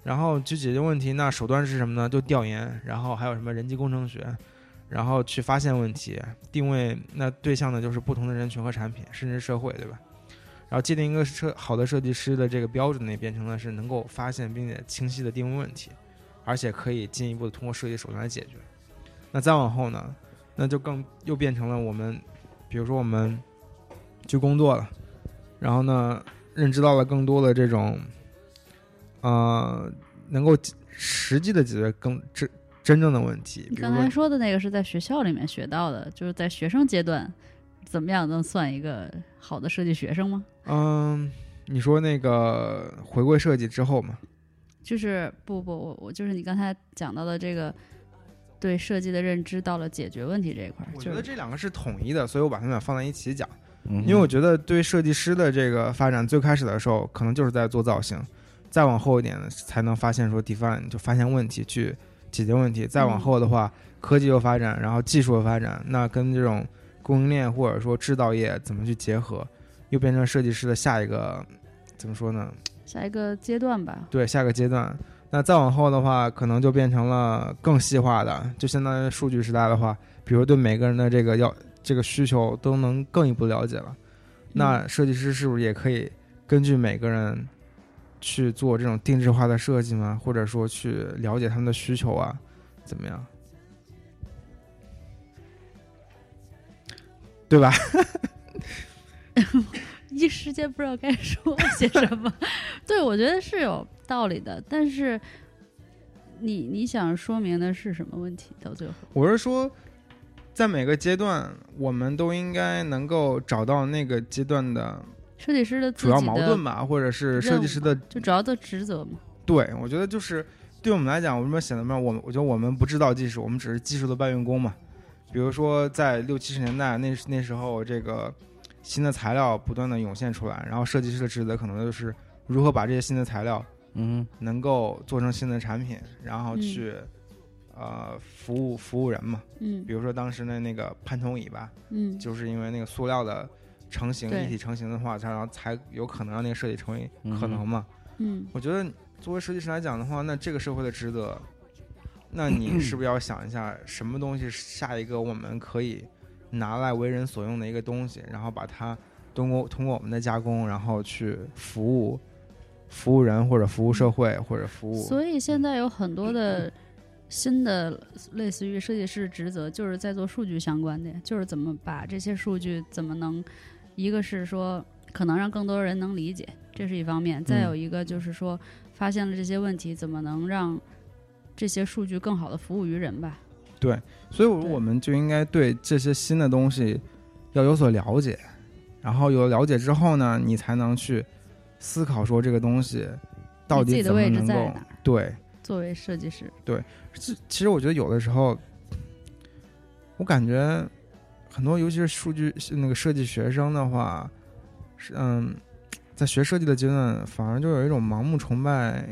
Speaker 2: 然后去解决问题，那手段是什么呢？就调研，然后还有什么人机工程学，然后去发现问题，定位那对象呢就是不同的人群和产品，甚至社会，对吧？然后界定一个设好的设计师的这个标准呢，也变成了是能够发现并且清晰的定位问题，而且可以进一步的通过设计手段来解决。那再往后呢，那就更又变成了我们，比如说我们去工作了，然后呢，认知到了更多的这种，呃，能够解实际的解决更真真正的问题，
Speaker 3: 你
Speaker 2: 比如
Speaker 3: 刚
Speaker 2: 说
Speaker 3: 才说的那个是在学校里面学到的，就是在学生阶段，怎么样能算一个好的设计学生吗？
Speaker 2: 嗯，你说那个回归设计之后嘛，
Speaker 3: 就是不不，我我就是你刚才讲到的这个对设计的认知到了解决问题这一块儿，
Speaker 2: 我
Speaker 3: 就
Speaker 2: 觉得
Speaker 3: 是
Speaker 2: 这两个是统一的，所以我把它们俩放在一起讲。
Speaker 4: 因
Speaker 2: 因为我觉得对设计师的这个发展，最开始的时候可能就是在做造型，再往后一点才能发现说 define 就发现问题去解决问题，再往后的话，科技又发展，然后技术又发展，那跟这种供应链或者说制造业怎么去结合，又变成设计师的下一个怎么说呢？
Speaker 3: 下一个阶段吧。
Speaker 2: 对，下个阶段。那再往后的话，可能就变成了更细化的，就相当于数据时代的话，比如对每个人的这个要这个需求都能更一步了解了。那设计师是不是也可以根据每个人去做这种定制化的设计吗？或者说去了解他们的需求啊，怎么样？对吧？
Speaker 3: 一时间不知道该 说些什么。 对，我觉得是有道理的，但是你你想说明的是什么问题？到最后，
Speaker 2: 我是说，在每个阶段，我们都应该能够找到那个阶段的
Speaker 3: 设计师的自
Speaker 2: 主要
Speaker 3: 己
Speaker 2: 矛
Speaker 3: 的
Speaker 2: 盾吧，或者是设计师的
Speaker 3: 就主要的职责嘛。
Speaker 2: 对，我觉得就是对我们来讲，我们显得嘛，我们我觉得我们不制造技术，我们只是技术的搬运工嘛。比如说在六七十年代那那时候，这个新的材料不断的涌现出来，然后设计师的职责可能就是如何把这些新的材料
Speaker 4: 嗯
Speaker 2: 能够做成新的产品，然后
Speaker 3: 嗯
Speaker 2: 去、呃服务服务人嘛。
Speaker 3: 嗯
Speaker 2: 比如说当时的那个潘通椅吧，
Speaker 3: 嗯，
Speaker 2: 就是因为那个塑料的成型
Speaker 3: 对
Speaker 2: 一体成型的话，它然后才有可能让那个设计成为
Speaker 4: 嗯
Speaker 2: 可能嘛。
Speaker 3: 嗯
Speaker 2: 我觉得作为设计师来讲的话，那这个社会的职责，那你是不是要想一下什么东西是下一个我们可以拿来为人所用的一个东西，然后把它通过通过我们的加工，然后去服务服务人或者服务社会或者服务嗯
Speaker 3: 所以现在有很多的新的类似于设计师职责，就是在做数据相关的，就是怎么把这些数据怎么能，一个是说可能让更多人能理解，这是一方面；
Speaker 2: 嗯
Speaker 3: 再有一个就是说，发现了这些问题，怎么能让这些数据更好的服务于人吧？
Speaker 2: 所以我
Speaker 3: 对
Speaker 2: 我们就应该对这些新的东西要有所了解，然后有了解之后呢，你才能去思考说这个东西到
Speaker 3: 你自
Speaker 2: 底
Speaker 3: 己的
Speaker 2: 怎么
Speaker 3: 位置
Speaker 2: 能
Speaker 3: 在
Speaker 2: 够
Speaker 3: 哪儿？
Speaker 2: 对。
Speaker 3: 作为设计师，
Speaker 2: 其其实我觉得有的时候，我感觉很多，尤其是数据那个设计学生的话，是嗯，在学设计的阶段，反而就有一种盲目崇拜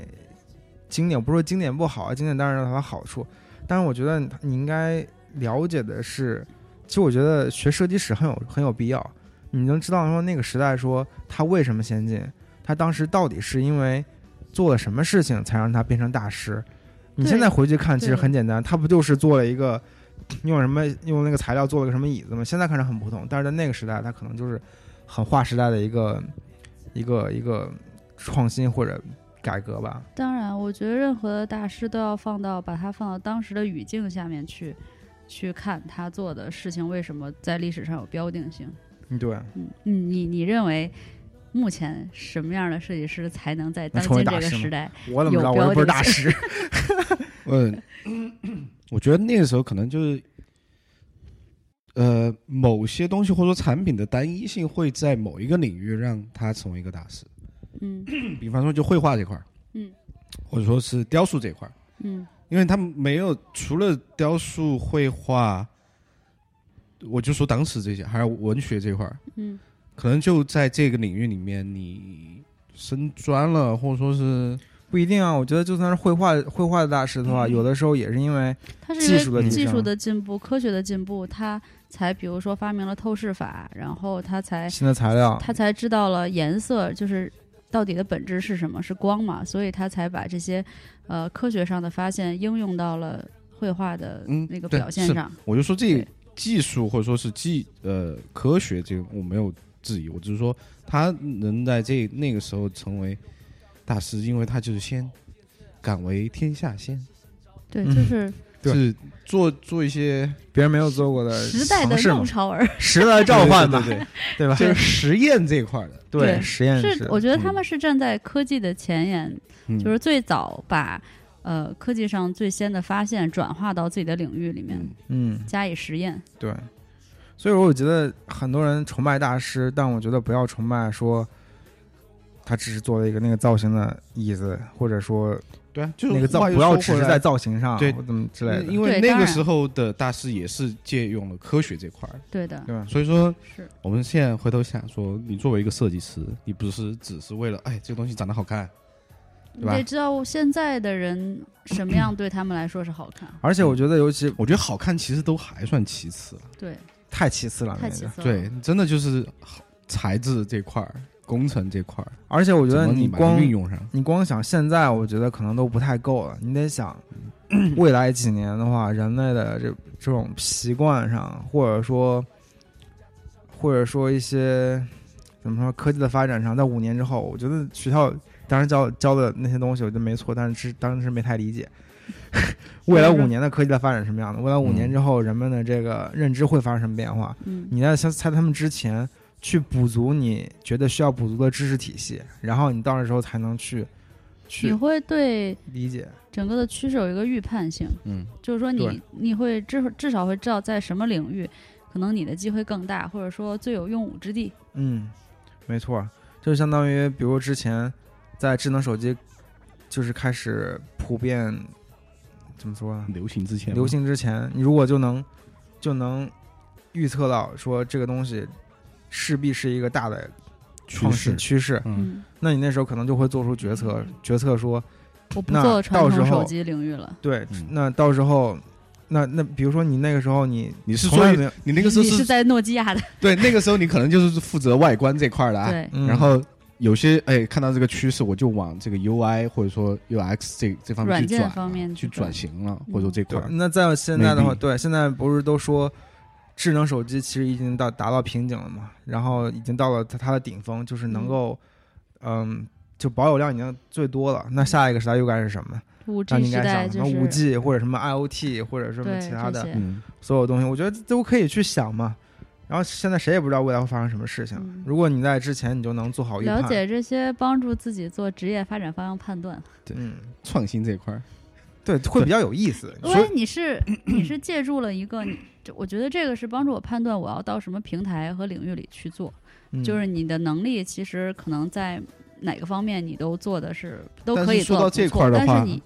Speaker 2: 经典。我嗯不是说经典不好啊，经典当然有它的好处，但是我觉得你应该了解的是，其实我觉得学设计史很有很有必要。你能知道说那个时代说他为什么先进，他当时到底是因为做了什么事情才让他变成大师。你
Speaker 3: 对
Speaker 2: 现在回去看，其实
Speaker 3: 对
Speaker 2: 很简单，他不就是做了一个用什么用那个材料做了个什么椅子吗？现在看着很普通，但是在那个时代，他可能就是很划时代的一个一个一个创新或者改革吧。
Speaker 3: 当然，我觉得任何的大师都要放到把它放到当时的语境下面去，去看他做的事情为什么在历史上有标定性。
Speaker 2: 嗯，对，
Speaker 3: 嗯，嗯你你认为目前什么样的设计师才能在当
Speaker 2: 成为
Speaker 3: 今这
Speaker 2: 大
Speaker 3: 个
Speaker 2: 师吗
Speaker 3: 时代？
Speaker 2: 我怎么知道？
Speaker 3: 有标
Speaker 2: 我又不是大
Speaker 3: 定
Speaker 2: 师。
Speaker 4: 嗯，我觉得那个时候可能就是，呃，某些东西或者说产品的单一性会在某一个领域让它成为一个大师，
Speaker 3: 嗯
Speaker 4: 比方说就绘画这块儿，
Speaker 3: 嗯，
Speaker 4: 或者说是雕塑这块儿，
Speaker 3: 嗯，
Speaker 4: 因为他们没有除了雕塑、绘画，我就说当时这些，还有文学这块儿，
Speaker 3: 嗯，
Speaker 4: 可能就在这个领域里面你深钻了，或者说是
Speaker 2: 不一定啊，我觉得就算是绘画绘画的大师的话，
Speaker 3: 嗯
Speaker 2: 有的时候也是因为
Speaker 3: 它
Speaker 2: 技
Speaker 3: 是
Speaker 2: 术
Speaker 3: 因
Speaker 2: 的
Speaker 3: 为
Speaker 2: 提
Speaker 3: 技术
Speaker 2: 升
Speaker 3: 的进步、科学的进步，它才比如说发明了透视法，然后它才
Speaker 2: 新的材料，
Speaker 3: 他才知道了颜色就是到底的本质是什么，是光嘛，所以他才把这些呃科学上的发现应用到了绘画的
Speaker 4: 嗯
Speaker 3: 那个
Speaker 4: 对
Speaker 3: 表现
Speaker 4: 是
Speaker 3: 上。
Speaker 4: 我就说这
Speaker 3: 对
Speaker 4: 技术或者说是技呃科学这个我没有质疑，我只是说他能在这那个时候成为大师，因为他就是先敢为天下先，
Speaker 3: 对，
Speaker 2: 嗯
Speaker 3: 就是
Speaker 2: 对
Speaker 4: 是做做一些
Speaker 2: 别人没有做过的
Speaker 3: 时代
Speaker 2: 尝呃
Speaker 3: 的
Speaker 2: 试嘛
Speaker 3: 弄，潮儿。
Speaker 2: 时代的召唤
Speaker 4: 对
Speaker 2: 嘛，
Speaker 4: 对对
Speaker 2: 对吧
Speaker 4: 对，？就是实验这一块的，
Speaker 3: 对
Speaker 2: 实验
Speaker 3: 是
Speaker 2: 室，，
Speaker 3: 我觉得他
Speaker 4: 嗯
Speaker 3: 们是站在科技的前沿，
Speaker 4: 嗯
Speaker 3: 就是最早把呃科技上最先的发现转化到自己的领域里面、
Speaker 4: 嗯
Speaker 2: 嗯，
Speaker 3: 加以实验。
Speaker 2: 对。所以说，我觉得很多人崇拜大师，但我觉得不要崇拜说他只是做了一个那个造型的椅子，或者说
Speaker 4: 对啊，就是
Speaker 2: 那个造
Speaker 4: 话又
Speaker 2: 不要
Speaker 4: 说
Speaker 2: 只
Speaker 4: 回
Speaker 2: 是
Speaker 4: 来
Speaker 2: 在造型上，
Speaker 4: 对
Speaker 2: 或怎么之类的，
Speaker 4: 因为
Speaker 3: 对
Speaker 4: 那
Speaker 3: 当
Speaker 4: 个
Speaker 3: 然
Speaker 4: 时候的大师也是借用了科学这块儿，
Speaker 3: 对的，
Speaker 2: 对吧？
Speaker 4: 所以说
Speaker 3: 是
Speaker 4: 我们现在回头想说，你作为一个设计师，你不是只是为了哎这个东西长得好看，
Speaker 3: 你
Speaker 4: 对吧
Speaker 3: 得知道现在的人什么样对他们来说是好看。
Speaker 2: 而且我觉得，尤其
Speaker 4: 我觉得好看其实都还算其次了。
Speaker 3: 对，
Speaker 2: 太其次了，
Speaker 3: 太
Speaker 2: 那
Speaker 3: 其
Speaker 2: 个
Speaker 3: 次了。
Speaker 4: 对，真的就是好材质这块儿、工程这块儿，
Speaker 2: 而且我觉
Speaker 4: 怎
Speaker 2: 得
Speaker 4: 么你把它
Speaker 2: 光
Speaker 4: 运用上，
Speaker 2: 你光想现在，我觉得可能都不太够了。你得想未来几年的话，人类的这这种习惯上，或者说，或者说一些怎么说科技的发展上，在五年之后，我觉得学校当时教教的那些东西，我觉得没错，但是当时没太理解。 未来五年的科技的发展什么样的？未来五年之后，人们的这个认知会发生什么变化？
Speaker 3: 嗯，
Speaker 2: 你在猜猜他们之前去补足你觉得需要补足的知识体系，然后你到时候才能去
Speaker 3: 你
Speaker 2: 去
Speaker 3: 会对
Speaker 2: 理解。
Speaker 3: 整个的趋势有一个预判性，
Speaker 4: 嗯，
Speaker 3: 就是说你
Speaker 2: 对
Speaker 3: 你会至至少会知道在什么领域，可能你的机会更大，或者说最有用武之地。
Speaker 2: 嗯，没错，就相当于比如之前在智能手机就是开始普遍怎么说啊，
Speaker 4: 流行之前嘛，
Speaker 2: 流行之前，你如果就能就能预测到说这个东西势必是一个大的
Speaker 4: 趋
Speaker 2: 创
Speaker 4: 势
Speaker 2: 新，趋势，
Speaker 4: 嗯，
Speaker 3: 嗯，
Speaker 2: 那你那时候可能就会做出决策，决策说
Speaker 3: 我不
Speaker 2: 那
Speaker 3: 做传
Speaker 2: 到时
Speaker 3: 统
Speaker 2: 候
Speaker 3: 手机领域了，
Speaker 2: 对
Speaker 4: 嗯，
Speaker 2: 那到时候，那那比如说你那个时候你
Speaker 4: 你是
Speaker 2: 从
Speaker 4: 说
Speaker 2: 来没有，
Speaker 4: 你那个时候
Speaker 3: 你是在诺基亚的，
Speaker 4: 对那个时候你可能就是负责外观这块儿的啊，
Speaker 3: 对，
Speaker 2: 嗯
Speaker 4: 然后。有些哎，看到这个趋势，我就往这个 UI 或者说 UX 这这方面
Speaker 3: 软
Speaker 4: 去
Speaker 3: 件
Speaker 4: 转
Speaker 3: 方面
Speaker 4: 去
Speaker 3: 转嗯
Speaker 4: 转型了，或者说这块
Speaker 2: 对
Speaker 4: 儿，，
Speaker 2: 那在现在的话，
Speaker 4: maybe
Speaker 2: 对，现在不是都说智能手机其实已经到达到瓶颈了嘛，然后已经到了它它的顶峰，嗯就是能够，嗯，就保有量已经最多了。那下一个时代又该是什么？
Speaker 3: 五
Speaker 2: 让
Speaker 3: G
Speaker 2: 你
Speaker 3: 时
Speaker 2: 该
Speaker 3: 代
Speaker 2: 想
Speaker 3: 就
Speaker 2: 什么
Speaker 3: 是
Speaker 2: 五 G 或者什么 IOT 或者什么
Speaker 3: 对
Speaker 2: 其他
Speaker 3: 这
Speaker 2: 的
Speaker 3: 些
Speaker 4: 嗯，
Speaker 2: 所有东西，我觉得都可以去想嘛。然后现在谁也不知道未来会发生什么事情，
Speaker 3: 嗯
Speaker 2: 如果你在之前你就能做好预判，
Speaker 3: 了解这些，帮助自己做职业发展方向判断。
Speaker 2: 嗯，
Speaker 4: 创新这一块儿，
Speaker 2: 对，会比较有意思。
Speaker 3: 因为你是你是借助了一个，你这我觉得这个是帮助我判断我要到什么平台和领域里去做，
Speaker 2: 嗯
Speaker 3: 就是你的能力其实可能在哪个方面你都做的是都
Speaker 4: 但
Speaker 3: 可
Speaker 4: 是
Speaker 3: 以
Speaker 4: 说到
Speaker 3: 做得不
Speaker 4: 这
Speaker 3: 错
Speaker 4: 块儿的
Speaker 3: 但
Speaker 4: 话
Speaker 3: 是你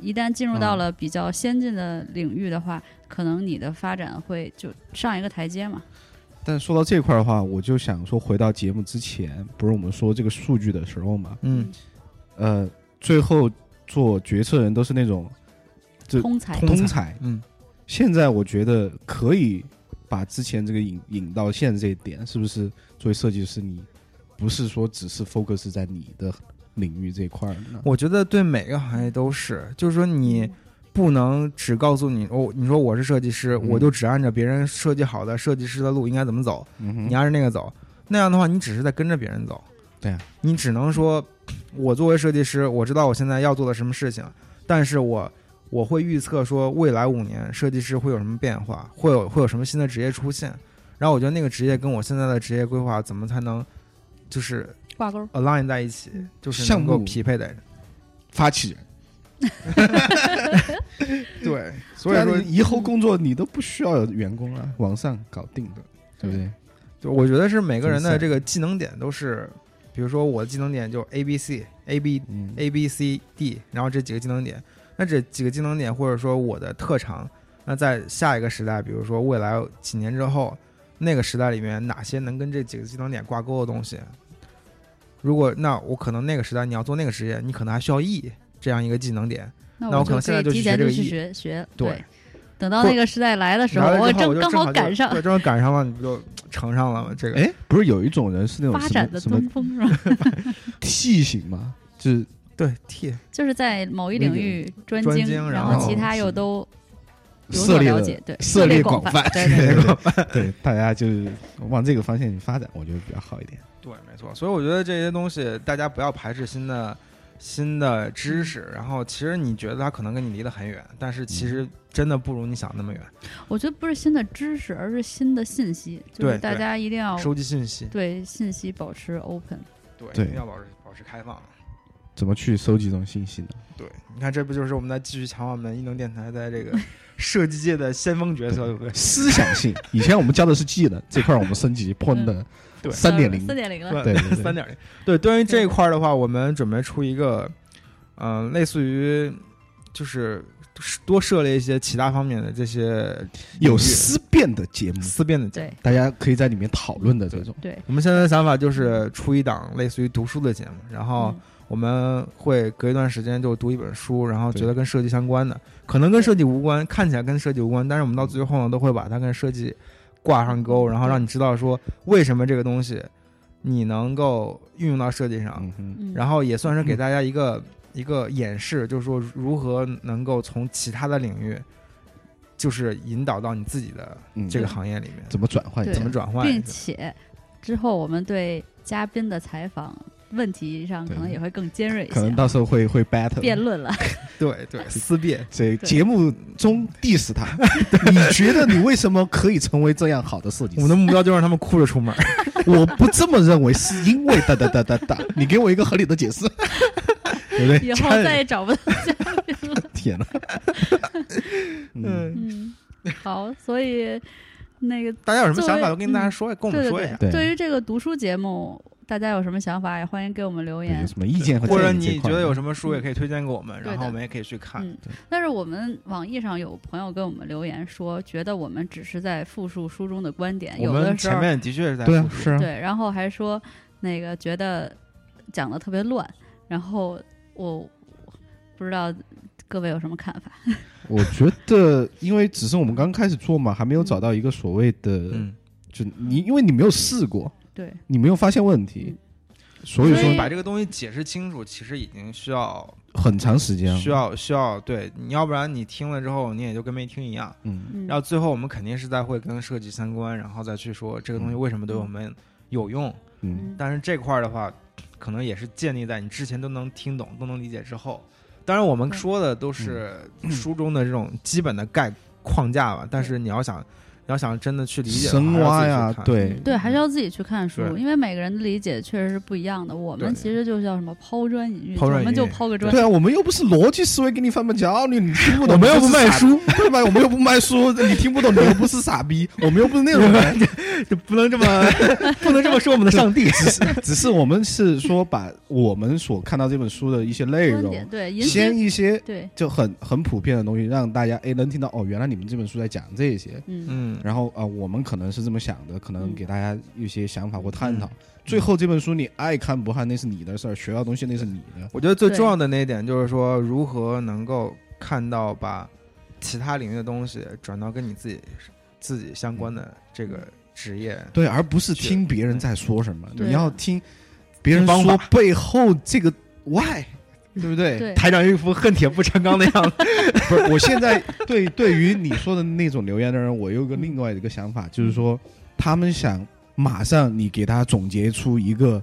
Speaker 3: 一旦进
Speaker 2: 嗯
Speaker 3: 入到了比较先进的领域的话，可能你的发展会就上一个台阶嘛。
Speaker 4: 但说到这块儿的话，我就想说，回到节目之前，不是我们说这个数据的时候嘛，
Speaker 2: 嗯，
Speaker 4: 呃，最后做决策人都是那种这
Speaker 3: 通才
Speaker 2: 呃通
Speaker 4: 通
Speaker 2: 才
Speaker 4: 才。
Speaker 2: 嗯，
Speaker 4: 现在我觉得可以把之前这个引引到现在这一点，是不是？作为设计师，你不是说只是 focus 在你的领域这一块儿呢？
Speaker 2: 我觉得对每个行业都是，就是说
Speaker 3: 嗯
Speaker 2: 你不能只告诉你哦，你说我是设计师，
Speaker 4: 嗯
Speaker 2: 我就只按照别人设计好的设计师的路应该怎么走，
Speaker 4: 嗯哼
Speaker 2: 你按着那个走，那样的话你只是在跟着别人走。
Speaker 4: 对啊，
Speaker 2: 你只能说，我作为设计师，我知道我现在要做的什么事情，但是我我会预测说未来五年设计师会有什么变化，会有会有什么新的职业出现，然后我觉得那个职业跟我现在的职业规划怎么才能就是
Speaker 3: 挂钩。
Speaker 2: align 在一起，就是
Speaker 4: 项
Speaker 2: 能够
Speaker 4: 目
Speaker 2: 匹配的。
Speaker 4: 发起人，
Speaker 2: 对，啊
Speaker 4: 所
Speaker 2: 所以
Speaker 4: 以
Speaker 2: 说
Speaker 4: 说以后工作啊你都不需要有员工了，网上搞定的，对不对？
Speaker 2: 就我觉得是每个人的
Speaker 4: 真是
Speaker 2: 这个技能点都是，比如说我的技能点就 A B C A B
Speaker 4: 嗯，
Speaker 2: A B C D，然后这几个技能点，那这几个技能点或者说我的特长，那在下一个时代，比如说未来几年之后，那个时代里面哪些能跟这几个技能点挂钩的东西？如果那我可能那个时代你要做那个职业，你可能还需要 E 这样一个技能点，
Speaker 3: 那
Speaker 2: 那我
Speaker 3: 我
Speaker 2: 可能现在
Speaker 3: 以
Speaker 2: 就
Speaker 3: 提
Speaker 2: 去
Speaker 3: 前
Speaker 2: 学
Speaker 3: 就
Speaker 2: 这
Speaker 3: 去
Speaker 2: 个
Speaker 3: 学学。
Speaker 2: 对，
Speaker 3: 等到
Speaker 2: 或
Speaker 3: 那个时代来的时候，
Speaker 2: 然后之后
Speaker 3: 正
Speaker 2: 我就
Speaker 3: 刚
Speaker 2: 正
Speaker 3: 好
Speaker 2: 就
Speaker 3: 赶上
Speaker 2: 对，正好赶上了，你不就乘上了吗？这个，
Speaker 4: 哎，不是有一种人是那种
Speaker 3: 发
Speaker 4: 什
Speaker 3: 展
Speaker 4: 么
Speaker 3: 的
Speaker 4: 什么
Speaker 3: 东风是吧？
Speaker 4: T 型嘛，就是
Speaker 2: 对 T，
Speaker 3: 就是在某一领域专
Speaker 2: 专
Speaker 3: 精，
Speaker 2: 精
Speaker 3: 然
Speaker 2: 然
Speaker 3: 后其
Speaker 4: 后
Speaker 3: 他又都有
Speaker 4: 涉
Speaker 3: 所
Speaker 4: 猎
Speaker 3: 了
Speaker 4: 的
Speaker 3: 解，对，
Speaker 4: 涉
Speaker 3: 涉
Speaker 4: 猎
Speaker 3: 猎
Speaker 4: 广
Speaker 3: 泛
Speaker 4: 泛，
Speaker 3: 对对对，
Speaker 4: 对大家就是往这个方向发展，我觉得比较好一点。
Speaker 2: 对，没错。所以我觉得这些东西大家不要排斥新的新的知
Speaker 3: 嗯
Speaker 2: 识，然后其实你觉得它可能跟你离得很远，但是
Speaker 3: 嗯
Speaker 2: 其实真的不如你想那么远。
Speaker 3: 我觉得不是新的知识，而是新的信息，就是
Speaker 2: 对
Speaker 3: 大
Speaker 2: 对
Speaker 3: 家一定要
Speaker 2: 收集信息，
Speaker 3: 哦对信息保持 open。
Speaker 2: 对，
Speaker 4: 对
Speaker 2: 一定要保持保持开放。
Speaker 4: 怎么去收集这种信息呢？
Speaker 2: 对，你看，这不就是我们在继续强化我们异能电台在这 个设计界的先锋角色，对不对？
Speaker 4: 思想性，以前我们教的是技能，这块儿我们升 级碰的
Speaker 2: 对
Speaker 4: 三点零
Speaker 3: 三，点 零了，
Speaker 4: 对对对
Speaker 2: 三点零。对，对于这一块儿的话，我们准备出一个，嗯、类似于就是多涉猎一些其他方面的这些
Speaker 4: 有思辨的节目，
Speaker 2: 思辨的
Speaker 3: 对
Speaker 4: 大家可以在里面讨论的这种。
Speaker 3: 对，
Speaker 2: 我们现在的想法就是出一档类似于读书的节目，然后
Speaker 4: 哦
Speaker 3: 嗯
Speaker 2: 我们会隔一段时间就读一本书，然后
Speaker 4: 对
Speaker 2: 觉得跟设计相关的，可能跟设计无关，看起来跟设计无关，但是我们到最后呢，都会把它跟设计挂上钩，然后让你知道说为什么这个东西你能够运用到设计上，
Speaker 4: 嗯哼，
Speaker 3: 嗯
Speaker 2: 然后也算是给大家一个、一个演示，就是说如何能够从其他的领域，就是引导到你自己的
Speaker 4: 嗯
Speaker 2: 这个行业里面，
Speaker 4: 怎么转换？
Speaker 3: 对
Speaker 2: 怎么转换，
Speaker 3: 并且之后我们对嘉宾的采访问题上可能
Speaker 4: 对
Speaker 3: 也会更尖锐一
Speaker 4: 可能
Speaker 3: 些，
Speaker 4: 到时候会会
Speaker 3: 辩
Speaker 4: battle。
Speaker 3: 论了。
Speaker 2: 对对思辨。
Speaker 4: 这
Speaker 3: 对
Speaker 4: 节目中 diss 他， 你觉得你为什么可以成为这样好的设计
Speaker 2: 我
Speaker 4: 师？
Speaker 2: 们的目标就让他们哭着出门儿。
Speaker 4: 我不这么认为，是因为哒哒哒哒 哒，你给我一个合理的解释，对不对？
Speaker 3: 以后再也找不到嘉宾了。
Speaker 4: 天哪！ 嗯，
Speaker 2: 嗯，
Speaker 3: 嗯，好，所以那个
Speaker 2: 大家有什么
Speaker 3: 作为
Speaker 2: 想法都跟大家说，跟我们
Speaker 3: 嗯对
Speaker 2: 说一
Speaker 3: 对
Speaker 2: 下。
Speaker 3: 对，
Speaker 4: 对
Speaker 3: 对于这个读书节目，大家有什么想法也欢迎给我们留
Speaker 4: 对有
Speaker 3: 言。
Speaker 4: 什么意见和
Speaker 2: 或者
Speaker 4: 建议这
Speaker 2: 你觉
Speaker 4: 块
Speaker 2: 得
Speaker 4: 呢
Speaker 2: 有什么书也可以推荐给我们，
Speaker 3: 对的
Speaker 2: 然后我们也可以去看。
Speaker 3: 嗯，但是我们网易上有朋友跟我们留言说，觉得我们只是在复述书中的观点，
Speaker 2: 我
Speaker 3: 有
Speaker 2: 们
Speaker 3: 的时
Speaker 2: 前
Speaker 3: 候
Speaker 2: 面的确是在
Speaker 4: 对啊
Speaker 2: 复，述
Speaker 4: 是啊，
Speaker 3: 对，然后还说那个觉得讲的特别乱，然后我我不知道各位有什么看法。
Speaker 4: 我觉得，因为只是我们刚开始做嘛，还没有找到一个所谓的，
Speaker 2: 嗯，
Speaker 4: 就你，因为你没有试过，
Speaker 3: 对，
Speaker 4: 你没有发现问题，
Speaker 2: 嗯
Speaker 4: 所以
Speaker 3: 所以
Speaker 4: 说
Speaker 2: 把这个东西解释清楚，其实已经需要
Speaker 4: 很长时间了啊
Speaker 2: 需，要需要对，你要不然你听了之后，你也就跟没听一样。
Speaker 4: 嗯，
Speaker 3: 嗯
Speaker 2: 然后最后我们肯定是在会跟设计相关，然后再去说这个东西为什么对我们有用。
Speaker 4: 嗯，
Speaker 3: 嗯
Speaker 2: 但是这块儿的话，可能也是建立在你之前都能听懂、都能理解之后，当然，我们说的都是书中的这种基本的概框架吧，但是你要想，你要想真的去理解的话，
Speaker 4: 深挖呀
Speaker 2: 还是，要自己去看，
Speaker 4: 对，
Speaker 3: 对，还是要自己去看书，
Speaker 2: 对
Speaker 3: 因为每个人的理解确实是不一样的。我们
Speaker 2: 对
Speaker 3: 其实就叫什么抛砖引玉，
Speaker 2: 抛砖
Speaker 3: 我们
Speaker 2: 引玉
Speaker 3: 就抛个砖
Speaker 4: 对。啊，我们又不是逻辑思维给你翻本教你，你听不懂，
Speaker 2: 我们又
Speaker 4: 你
Speaker 2: 不
Speaker 4: 就是
Speaker 2: 卖
Speaker 4: 傻
Speaker 2: 书，
Speaker 4: 对吧？我们又不卖书， 你听不懂，你又不是傻逼，我们又不是那种人，
Speaker 2: 就 不能这么 不能这么说我们的上帝。
Speaker 4: 只是只是我们是说把我们所看到这本书的一些内
Speaker 3: 观
Speaker 4: 容，
Speaker 3: 点对，引
Speaker 4: 先
Speaker 3: 起
Speaker 4: 一些
Speaker 3: 对，
Speaker 4: 就很很普遍的东西，让大家哎能听到哦，原来你们这本书在讲这些，
Speaker 3: 嗯，
Speaker 2: 嗯，
Speaker 4: 然后啊、呃我们可能是这么想的，可能
Speaker 3: 嗯
Speaker 4: 给大家一些想法或探讨。
Speaker 2: 嗯
Speaker 4: 最后这本书你爱看不看那是你的事儿，学到东西那是你的。
Speaker 2: 我觉得最重要的那一点就是说，如何能够看到把其他领域的东西转到跟你自己自己相关的这个职业。
Speaker 4: 对，而不是
Speaker 2: 是
Speaker 4: 听别人在说什么，
Speaker 3: 对
Speaker 4: 你要听别人
Speaker 2: 听
Speaker 4: 说
Speaker 2: 方法
Speaker 4: 背后这个 why，对不对？
Speaker 3: 对，
Speaker 2: 台长一副恨铁不成钢的样子。
Speaker 4: 不是，我现在对对于你说的那种留言的人，我有个另外一个想法，就是说
Speaker 3: 嗯
Speaker 4: 他们想马上你给他总结出一个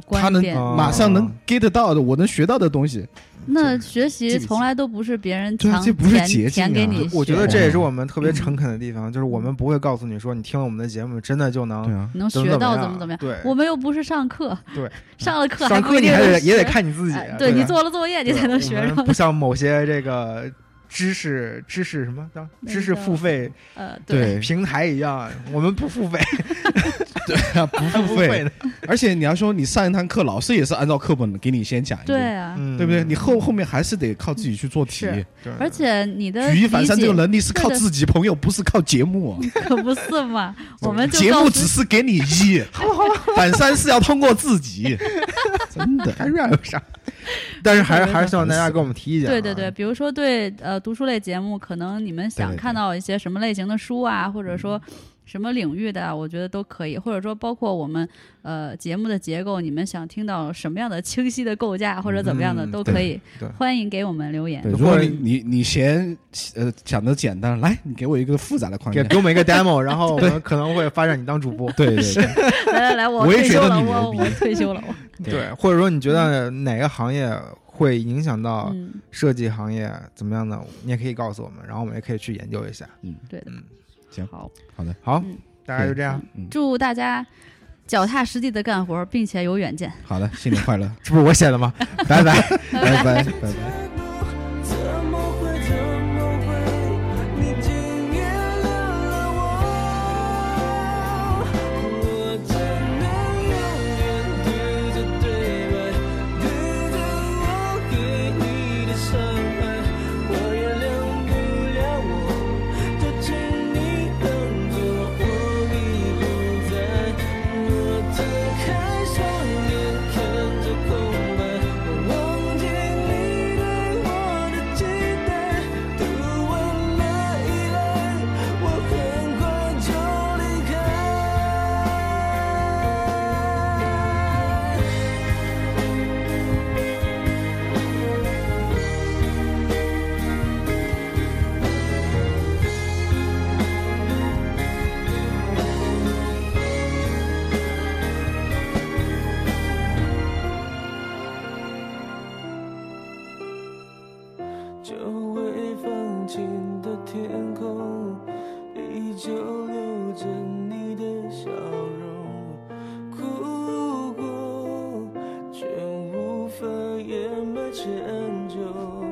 Speaker 4: 他
Speaker 3: 观
Speaker 4: 能
Speaker 3: 点。
Speaker 2: 哦
Speaker 4: 马上能 get 到的，我能学到的东西。
Speaker 3: 那学
Speaker 4: 这
Speaker 3: 习
Speaker 4: 个
Speaker 3: 从来都不是别人
Speaker 4: 对啊
Speaker 3: 强
Speaker 4: 这不是
Speaker 3: 填
Speaker 4: 捷
Speaker 3: 填
Speaker 4: 径
Speaker 3: 给
Speaker 4: 啊
Speaker 3: 你
Speaker 4: 我
Speaker 3: 学
Speaker 2: 我觉
Speaker 3: 的，
Speaker 2: 得这也是我们特别诚恳的地
Speaker 3: 嗯
Speaker 2: 方，就是我们不会告诉你说你听了我们的节目真的就能
Speaker 4: 对啊，
Speaker 3: 能
Speaker 2: 怎么
Speaker 3: 学到
Speaker 2: 怎
Speaker 3: 怎么怎么
Speaker 2: 样。
Speaker 3: 样。
Speaker 2: 对，
Speaker 3: 我们又不是上课，
Speaker 2: 对，
Speaker 3: 上了课
Speaker 2: 上
Speaker 3: 不
Speaker 2: 课
Speaker 3: 一
Speaker 2: 你
Speaker 3: 定
Speaker 2: 还
Speaker 3: 能
Speaker 2: 得也得
Speaker 3: 学
Speaker 2: 看你自己啊
Speaker 3: 哎，
Speaker 2: 对
Speaker 3: 对
Speaker 2: 吧
Speaker 3: 你做了作业，你才能
Speaker 2: 对啊
Speaker 3: 学
Speaker 2: 我们
Speaker 3: 着。
Speaker 2: 不像某些这个知识知识什么叫
Speaker 3: 那
Speaker 2: 知识
Speaker 3: 叫
Speaker 2: 付费
Speaker 3: 呃，对，
Speaker 4: 对，
Speaker 2: 平台一样，我们不付费，
Speaker 4: 啊不付
Speaker 2: 付
Speaker 4: 费
Speaker 2: 费，的，
Speaker 4: 而且你要说你上一堂课，老师也是按照课本给你先讲一
Speaker 3: 对
Speaker 4: 遍，
Speaker 3: 啊，
Speaker 2: 嗯
Speaker 4: 对不对？你后后面还是得靠自己去做题，
Speaker 3: 是
Speaker 2: 对
Speaker 3: 而且你的
Speaker 4: 举一反
Speaker 3: 理
Speaker 4: 三这
Speaker 3: 解
Speaker 4: 个能力是靠
Speaker 3: 对的
Speaker 4: 自己，朋友不是靠节目啊。
Speaker 3: 可不是嘛，我们就
Speaker 4: 节
Speaker 3: 告
Speaker 4: 目
Speaker 3: 诉
Speaker 4: 只是给你 一，反三是要通过自己， 真的。
Speaker 2: 还怨有啥？但是还是还是希望大家给我们提意见啊。
Speaker 3: 对对对，比如说对呃读书类节目，可能你们
Speaker 4: 对
Speaker 3: 想
Speaker 4: 对
Speaker 3: 看到一些什么类型的书啊，或者说
Speaker 4: 嗯
Speaker 3: 什么领域的啊，我觉得都可以，或者说包括我们呃节目的结构，你们想听到什么样的清晰的构架或者怎么样的
Speaker 2: 嗯
Speaker 3: 都
Speaker 4: 对
Speaker 3: 可以
Speaker 2: 对，
Speaker 3: 欢迎给我们留言
Speaker 4: 对，。
Speaker 2: 如
Speaker 4: 如
Speaker 2: 果
Speaker 4: 果你你你嫌呃想的简单，来，你给 我一个复杂的框
Speaker 2: 给
Speaker 4: 架。
Speaker 2: 给我们一个 demo，然后我们可能会发展你当主播。
Speaker 4: 对对对，
Speaker 3: 来 来来，我
Speaker 4: 我也
Speaker 3: 退
Speaker 4: 觉
Speaker 3: 休
Speaker 4: 得
Speaker 3: 了，
Speaker 4: 你
Speaker 3: 我
Speaker 4: 牛逼
Speaker 3: 我退休了，我
Speaker 4: 对
Speaker 2: 对，或者说你觉得哪个行业会影响
Speaker 4: 啊
Speaker 2: 到
Speaker 3: 嗯，
Speaker 2: 设计行业怎么样呢？你也可以告诉我们，然后我们也可以去研究一下。
Speaker 3: 对的
Speaker 2: 嗯，
Speaker 4: 行
Speaker 3: 好，
Speaker 2: 好
Speaker 3: 嗯，
Speaker 2: 大概就这样。
Speaker 3: 祝大家脚踏实地的干活，并且有远见。
Speaker 4: 好的，新年 快乐，
Speaker 2: 这不是我写的吗？拜 拜。
Speaker 4: 拜拜拜拜。
Speaker 5: 怎么会，怎么会，你竟原谅了我？我只能永远对着对白，对着我给你的伤害，我原谅不了我，就请你当作我已不在。我睁开双眼看着空白，我忘记你对我的期待。读完了依赖，我很快就离开。久未放晴的天空，依旧留着你的笑容。哭过，却无法掩埋歉疚。